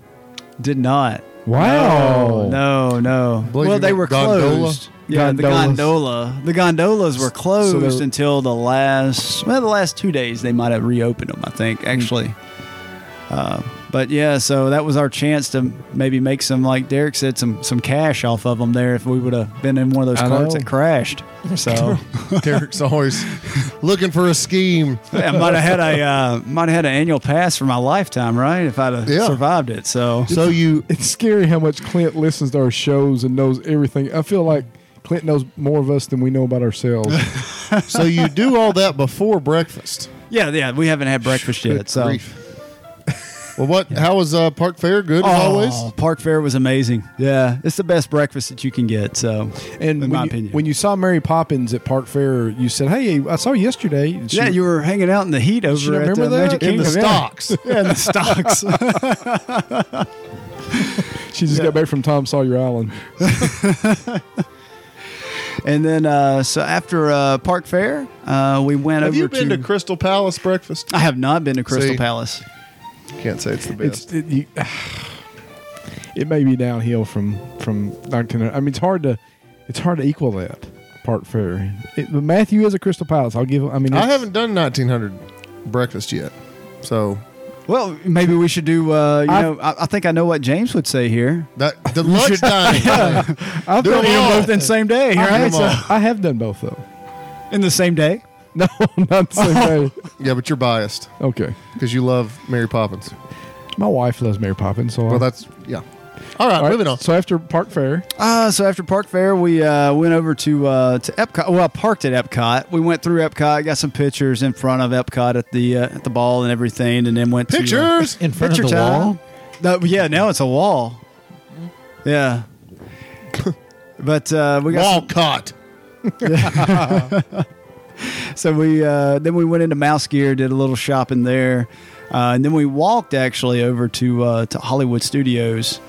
[SPEAKER 6] Did not.
[SPEAKER 5] Wow.
[SPEAKER 6] No, no.
[SPEAKER 3] Believe
[SPEAKER 6] well,
[SPEAKER 3] you
[SPEAKER 6] they
[SPEAKER 3] meant
[SPEAKER 6] were
[SPEAKER 3] gondola?
[SPEAKER 6] closed. Yeah, the
[SPEAKER 5] Gondolas.
[SPEAKER 6] gondola. The gondolas were closed
[SPEAKER 5] they're-
[SPEAKER 6] until the last, well, the last two days they might have reopened them, I think, actually. Uh, but yeah, so that was our chance to maybe make some, like Derek said, some some cash off of them there if we would have been in one of those
[SPEAKER 5] I
[SPEAKER 6] carts
[SPEAKER 5] know.
[SPEAKER 6] that crashed. So
[SPEAKER 3] [LAUGHS] Derek's
[SPEAKER 5] [LAUGHS]
[SPEAKER 3] always looking for a scheme.
[SPEAKER 6] [LAUGHS] yeah, I might have had a uh, might have had an annual pass for my lifetime, right? If I'd have
[SPEAKER 3] Yeah.
[SPEAKER 6] survived it. So
[SPEAKER 3] So you
[SPEAKER 5] It's scary how much Clint listens to our shows and knows everything. I feel like Clint knows more of us than we know about ourselves.
[SPEAKER 3] so you do all that before breakfast.
[SPEAKER 6] yeah, yeah, we haven't had breakfast yet.
[SPEAKER 3] Good
[SPEAKER 6] So.
[SPEAKER 5] um,
[SPEAKER 3] grief. Well, what? How was uh, Park Fair? Good as
[SPEAKER 5] Oh,
[SPEAKER 3] always.
[SPEAKER 6] Oh, Park Fair was amazing. Yeah, it's the best breakfast that you can get. So,
[SPEAKER 5] And
[SPEAKER 6] in
[SPEAKER 5] when
[SPEAKER 6] my
[SPEAKER 5] you,
[SPEAKER 6] opinion,
[SPEAKER 5] when you saw Mary Poppins at Park Fair, you said, "Hey, I saw you yesterday." And she-
[SPEAKER 6] yeah, you were hanging out in the heat
[SPEAKER 5] She
[SPEAKER 6] over at
[SPEAKER 5] remember
[SPEAKER 6] the
[SPEAKER 5] that?
[SPEAKER 6] Magic
[SPEAKER 5] In
[SPEAKER 3] The
[SPEAKER 6] Kingdom. yeah.
[SPEAKER 3] stocks.
[SPEAKER 6] Yeah, in the stocks.
[SPEAKER 5] she just got back from Tom Sawyer Island.
[SPEAKER 6] and then, uh, so after uh, Park Fair, uh, we went
[SPEAKER 3] Have
[SPEAKER 6] over
[SPEAKER 3] you been to
[SPEAKER 6] to
[SPEAKER 3] Crystal Palace breakfast?
[SPEAKER 5] [LAUGHS]
[SPEAKER 6] I have not been to Crystal
[SPEAKER 3] See?
[SPEAKER 6] Palace.
[SPEAKER 3] Can't say it's the best.
[SPEAKER 5] It's it, you, [SIGHS] it may be downhill from from 1900. I mean, it's hard to it's hard to equal that Park Fair. It, but Matthew is a Crystal Palace. I'll give. him- I mean,
[SPEAKER 3] I
[SPEAKER 5] it's-
[SPEAKER 3] haven't done 1900 breakfast yet. So
[SPEAKER 6] Well, maybe we should do. Uh, you
[SPEAKER 5] I-
[SPEAKER 6] know, I, I think I know what James would say here.
[SPEAKER 5] [LAUGHS]
[SPEAKER 3] that the lunchtime.
[SPEAKER 5] I've
[SPEAKER 3] Do
[SPEAKER 5] done
[SPEAKER 3] them all.
[SPEAKER 5] both.
[SPEAKER 6] Both in the same day,
[SPEAKER 5] I,
[SPEAKER 6] right?
[SPEAKER 5] have,
[SPEAKER 3] them
[SPEAKER 5] I have done both though.
[SPEAKER 6] in the same day.
[SPEAKER 5] [LAUGHS] No, not the same day.
[SPEAKER 3] yeah, but you're biased
[SPEAKER 5] Okay,
[SPEAKER 3] because you love Mary Poppins.
[SPEAKER 5] my wife loves Mary Poppins, so I-
[SPEAKER 3] Well, that's yeah. All right,
[SPEAKER 5] All right,
[SPEAKER 3] moving on.
[SPEAKER 5] So after Park Fair, [LAUGHS]
[SPEAKER 6] Uh, so after Park Fair, we uh, went over to uh, to Epcot. Well, I parked at Epcot. We went through Epcot, got some pictures in front of Epcot at the uh, at the ball and everything, and then went
[SPEAKER 3] Pictures.
[SPEAKER 4] In
[SPEAKER 6] to, uh,
[SPEAKER 4] front
[SPEAKER 6] picture
[SPEAKER 4] of the
[SPEAKER 6] time.
[SPEAKER 4] wall. Mm-hmm.
[SPEAKER 6] No, yeah, now it's a wall.
[SPEAKER 4] [LAUGHS]
[SPEAKER 6] Yeah, but uh, we got some-
[SPEAKER 3] Walcott.
[SPEAKER 6] so we uh, then we went into Mouse Gear, did a little shopping there, uh, and then we walked actually over to uh, to Hollywood Studios.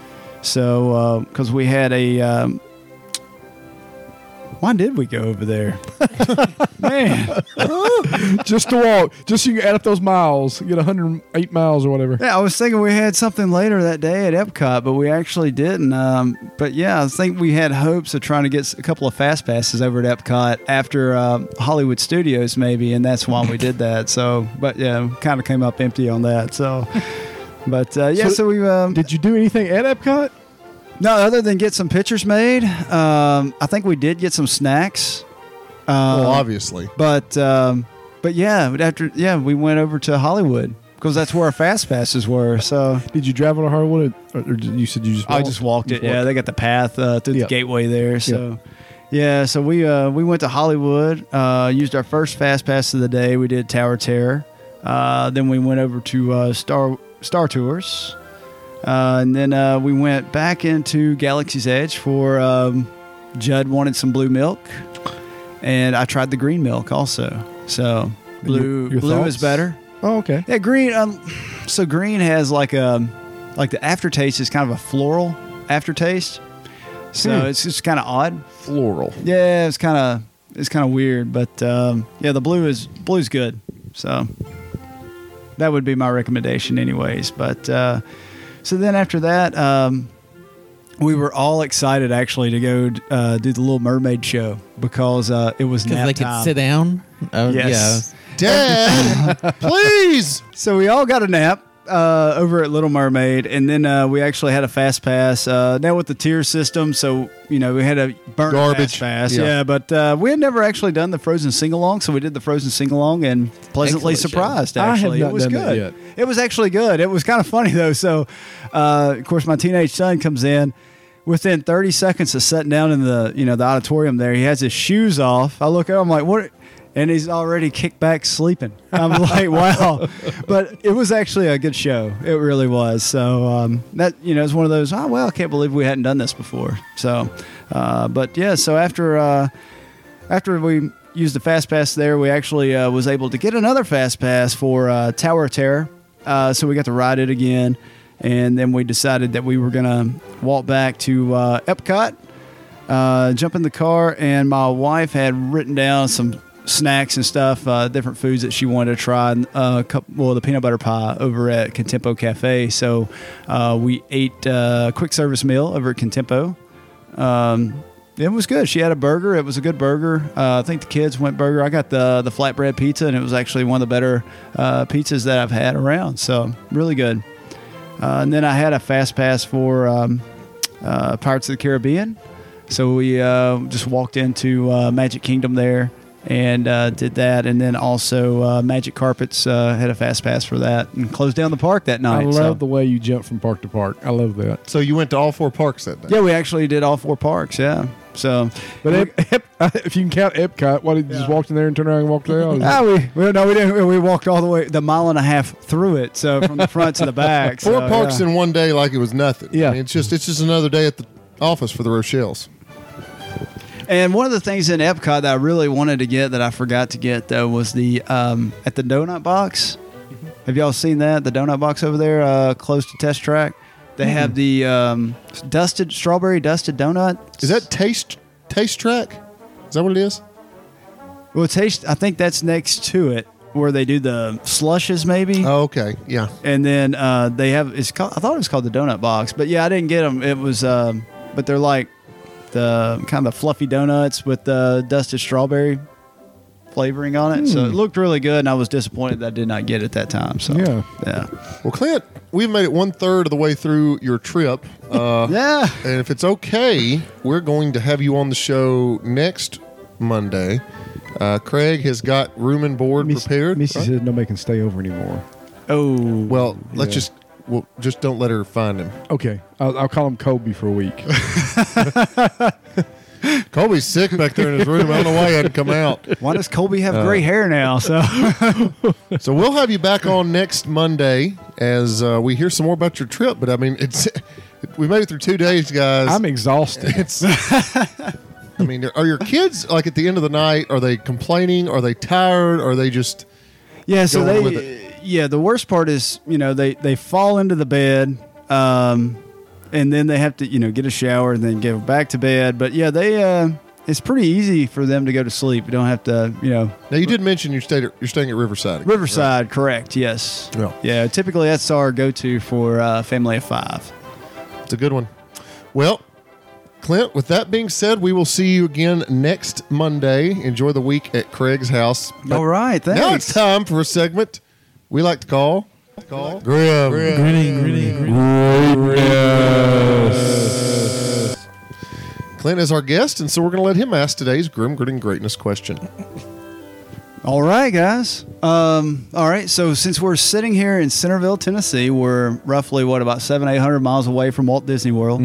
[SPEAKER 6] So because we had a, um, why did we go over there? [LAUGHS] Man,
[SPEAKER 5] just to walk, just so you can add up those miles, get 108 miles or whatever.
[SPEAKER 6] yeah, I was thinking we had something later that day at Epcot, but we actually didn't. Um, but yeah, I think we had hopes of trying to get s- a couple of fast passes over at Epcot after uh, Hollywood Studios, maybe, and that's why we did that. So, but yeah, kind of came up empty on that. So, but uh, yeah, so,
[SPEAKER 5] So
[SPEAKER 6] we um,
[SPEAKER 5] Did you do anything at Epcot?
[SPEAKER 6] no other than get some pictures made. Um, I think we did get some snacks. Um,
[SPEAKER 3] well, obviously.
[SPEAKER 6] but um, but yeah, but after yeah, we went over to Hollywood because that's where our fast passes were. So.
[SPEAKER 5] Did you drive on a hardwood, or, or you said you just?
[SPEAKER 6] I just walked it. Yeah, they got the path uh, through
[SPEAKER 5] Yeah.
[SPEAKER 6] the gateway there. So, yeah, Yeah, so we uh, we went to Hollywood, uh, used our first fast pass of the day. We did Tower Terror, uh, then we went over to uh, Star Star Tours, uh, and then uh, we went back into Galaxy's Edge for um, Judd wanted some blue milk, and I tried the green milk also. So blue
[SPEAKER 5] your
[SPEAKER 6] blue
[SPEAKER 5] thoughts?
[SPEAKER 6] is better.
[SPEAKER 5] Oh, okay.
[SPEAKER 6] Yeah, green. Um, so green has like a like the aftertaste is kind of a floral aftertaste. So
[SPEAKER 5] Hmm.
[SPEAKER 6] it's just kind of odd.
[SPEAKER 3] Floral.
[SPEAKER 6] Yeah, it's kind of it's kind of weird, but um, yeah, the blue is blue's good. So that would be my recommendation, anyways. But uh, so then after that, um, we were all excited actually to go uh, do the Little Mermaid show because uh, it was
[SPEAKER 4] Because
[SPEAKER 6] nap
[SPEAKER 4] they
[SPEAKER 6] time.
[SPEAKER 4] could sit down. Oh,
[SPEAKER 6] Yes.
[SPEAKER 3] Dad, please.
[SPEAKER 6] [LAUGHS] So we all got a nap uh, over at Little Mermaid, and then uh, we actually had a fast pass. Uh, now with the tier system, so you know we had a burn
[SPEAKER 3] Garbage.
[SPEAKER 6] fast pass.
[SPEAKER 3] Yeah.
[SPEAKER 6] Yeah, but uh, we had never actually done the Frozen sing along, so we did the Frozen sing along and pleasantly
[SPEAKER 4] Excellent show.
[SPEAKER 6] surprised.
[SPEAKER 5] I have
[SPEAKER 6] Actually,
[SPEAKER 5] not
[SPEAKER 6] it was
[SPEAKER 5] done that
[SPEAKER 6] good.
[SPEAKER 5] yet.
[SPEAKER 6] It was actually good. It was kind of funny though. So, uh, of course, my teenage son comes in. Within 30 seconds of sitting down in the you know the auditorium there, he has his shoes off. I look at him, I'm like, what? And he's already kicked back sleeping.
[SPEAKER 5] [LAUGHS]
[SPEAKER 6] I'm like, wow. But it was actually a good show. It really was. So um, that you know, it's one of those. Oh well, I can't believe we hadn't done this before. So, uh, but yeah. So after uh, after we used the fast pass there, we actually uh, was able to get another fast pass for uh, Tower of Terror. Uh, so we got to ride it again, and then we decided that we were gonna walk back to uh, Epcot, uh, jump in the car, and my wife had written down some snacks and stuff, uh, different foods that she wanted to try. and, Uh, a couple, well, the peanut butter pie over at Contempo Cafe. So uh, we ate uh, a quick service meal over at Contempo. Um, it was good. She had a burger. It was a good burger. Uh, I think the kids went burger. I got the the flatbread pizza, and it was actually one of the better uh, pizzas that I've had around. So really good. Uh, and then I had a fast pass for um, uh, Pirates of the Caribbean. So we uh, just walked into uh, Magic Kingdom there and uh, did that. And then also uh, Magic Carpets uh, had a fast pass for that and closed down the park that night.
[SPEAKER 5] Mm-hmm. I love
[SPEAKER 6] So-
[SPEAKER 5] the way you jump from park to park. I love that.
[SPEAKER 3] So you went to all four parks that day.
[SPEAKER 6] Yeah, we actually did all four parks. Yeah. So,
[SPEAKER 5] But Ep, [LAUGHS] Ep, if you can count Epcot, why did you just walked in there and turned around and walked out? [LAUGHS]
[SPEAKER 6] [LAUGHS] Ah, we well, no, we didn't. We walked all the way the mile and a half through it, so from the front to the [LAUGHS] back.
[SPEAKER 3] Four
[SPEAKER 6] so,
[SPEAKER 3] parks
[SPEAKER 6] yeah.
[SPEAKER 3] in one day, like it was nothing.
[SPEAKER 5] Yeah.
[SPEAKER 3] I mean, it's just it's just another day at the office for the Rochelles.
[SPEAKER 6] And one of the things in Epcot that I really wanted to get that I forgot to get though was the um, at the donut box. Have y'all seen that the donut box over there uh, close to Test Track? They have the um, dusted strawberry dusted donut.
[SPEAKER 3] Is that taste taste track? Is that what it is?
[SPEAKER 6] well? Taste. I think that's next to it where they do the slushes maybe.
[SPEAKER 3] Oh, okay. Yeah.
[SPEAKER 6] and then uh, they have it's called, I thought it was called the donut box, but yeah, I didn't get them. It was, um, but they're like the kind of the fluffy donuts with the dusted strawberry flavoring on it. So it looked really good, and I was disappointed that I did not get it that time. So
[SPEAKER 5] Yeah.
[SPEAKER 6] yeah,
[SPEAKER 3] Well, Clint, we've made it one third of the way through your trip. Uh,
[SPEAKER 6] yeah.
[SPEAKER 3] And if it's okay, we're going to have you on the show next Monday. Uh, Craig has got room and board prepared.
[SPEAKER 5] Missy
[SPEAKER 3] right?
[SPEAKER 5] said nobody can stay over anymore.
[SPEAKER 6] Oh
[SPEAKER 3] Well, let's
[SPEAKER 5] Yeah.
[SPEAKER 3] just well, just don't let her find him.
[SPEAKER 5] Okay, I'll, I'll call him Kobe for
[SPEAKER 3] [LAUGHS]
[SPEAKER 5] a week.
[SPEAKER 3] Colby's sick back there in his room. I don't know why he hadn't come out.
[SPEAKER 6] why does Colby have gray hair now? So
[SPEAKER 3] So we'll have you back on next Monday as uh, we hear some more about your trip. But I mean, it's we made it through two days, guys. [LAUGHS]
[SPEAKER 5] I'm exhausted.
[SPEAKER 3] it's. I mean, are your kids like at the end of the night? Are they complaining? Are they tired? Are they just?
[SPEAKER 6] Yeah, so
[SPEAKER 3] going
[SPEAKER 6] they
[SPEAKER 3] with it.
[SPEAKER 6] yeah, the worst part is, you know, they they fall into the bed um and then they have to, you know, get a shower and then go back to bed. But yeah, they uh it's pretty easy for them to go to sleep. You don't have to, you know,
[SPEAKER 3] Now you did mention you stayed at, you're staying at Riverside. again,
[SPEAKER 6] Riverside, correct? Yes.
[SPEAKER 3] Yeah.
[SPEAKER 6] Yeah, typically that's our go-to for uh family of 5.
[SPEAKER 3] right? It's a good one. Well, Clint. With that being said, we will see you again next Monday. Enjoy the week at Craig's house. But
[SPEAKER 6] All right, thanks.
[SPEAKER 3] Now
[SPEAKER 6] [LAUGHS]
[SPEAKER 3] it's time for a segment we like to call. Call Grim.
[SPEAKER 4] Grinning, grinning, grinning.
[SPEAKER 3] Clint is our guest, and so we're going to let him ask today's Grim Gritting Greatness question.
[SPEAKER 6] All right, guys. Um, all right. So since we're sitting here in Centerville, Tennessee, we're roughly what about seven, eight hundred miles away from Walt Disney World.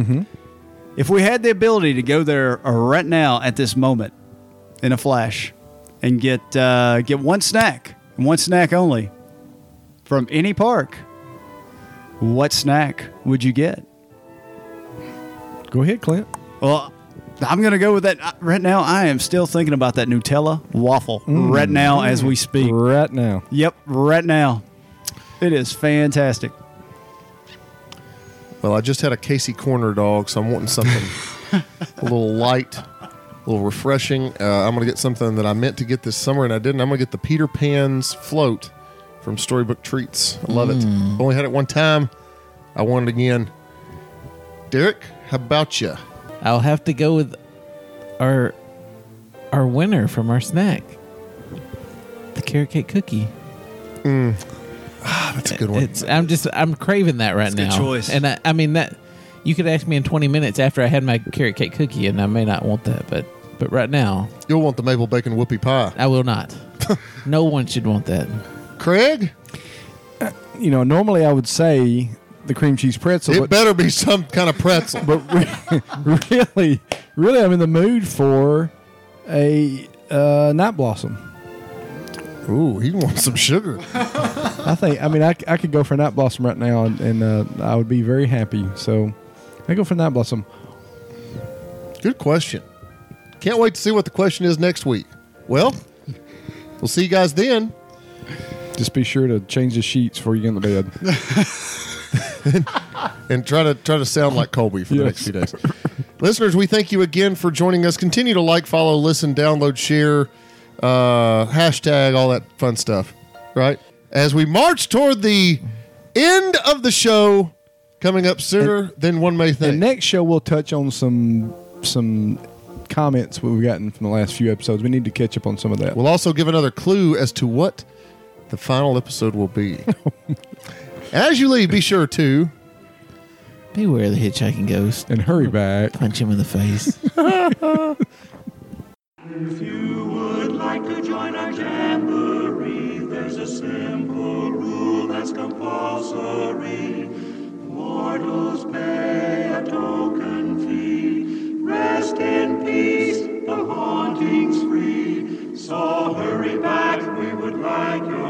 [SPEAKER 6] If we had the ability to go there uh, right now at this moment, in a flash, and get uh, get one snack and one snack only from any park, what snack would you get?
[SPEAKER 5] Go ahead, Clint.
[SPEAKER 6] Well, I'm gonna go with that Uh, right now. I am still thinking about that Nutella waffle right now as we speak.
[SPEAKER 5] Right now.
[SPEAKER 6] Yep, right now. It is fantastic.
[SPEAKER 3] Well, I just had a Casey Corner dog, so I'm wanting something a little light, a little refreshing. Uh, I'm going to get something that I meant to get this summer and I didn't. I'm going to get the Peter Pan's float from Storybook Treats. I love it. Only had it one time. I want it again. Derek, how about you?
[SPEAKER 4] I'll have to go with our our winner from our snack, the carrot cake cookie.
[SPEAKER 3] That's a good one.
[SPEAKER 4] It's I'm just I'm craving that right
[SPEAKER 6] It's a good
[SPEAKER 4] now.
[SPEAKER 6] choice.
[SPEAKER 4] And I, I mean that you could ask me in 20 minutes after I had my carrot cake cookie, and I may not want that, but but right now
[SPEAKER 3] You'll want the maple bacon whoopie pie.
[SPEAKER 4] I
[SPEAKER 3] [LAUGHS]
[SPEAKER 4] will not. no one should want that.
[SPEAKER 3] Craig,
[SPEAKER 5] You know, normally I would say the cream cheese pretzel,
[SPEAKER 3] it
[SPEAKER 5] but,
[SPEAKER 3] better be some kind of pretzel.
[SPEAKER 5] [LAUGHS] but re- really, really, I'm in the mood for a uh, night blossom.
[SPEAKER 3] Ooh, he wants some sugar.
[SPEAKER 5] I think. I mean, I, c- I could go for night blossom right now, and, and uh, I would be very happy. So, I go for night blossom.
[SPEAKER 3] Good question. Can't wait to see what the question is next week. Well, [LAUGHS] we'll see you guys then.
[SPEAKER 5] Just be sure to change the sheets before you get in the
[SPEAKER 3] [LAUGHS]
[SPEAKER 5] bed.
[SPEAKER 3] and try to try to sound like Colby for the
[SPEAKER 5] Yes.
[SPEAKER 3] next few days. [LAUGHS] Listeners, we thank you again for joining us. Continue to like, follow, listen, download, share, uh, hashtag, all that fun stuff. Right as we march toward the end of the show, coming up sooner than one may
[SPEAKER 5] the
[SPEAKER 3] think.
[SPEAKER 5] next show, we'll touch on some some comments we've gotten from the last few episodes. We need to catch up on some of that.
[SPEAKER 3] we'll also give another clue as to what the final episode will be. as you leave, be sure to.
[SPEAKER 4] Beware the hitchhiking ghost.
[SPEAKER 5] and hurry back.
[SPEAKER 4] Punch him in the face.
[SPEAKER 2] If you would like to join our jamboree, there's a simple rule that's compulsory. Mortals pay a token fee. Rest in peace, the haunting's free. So hurry back, we would like your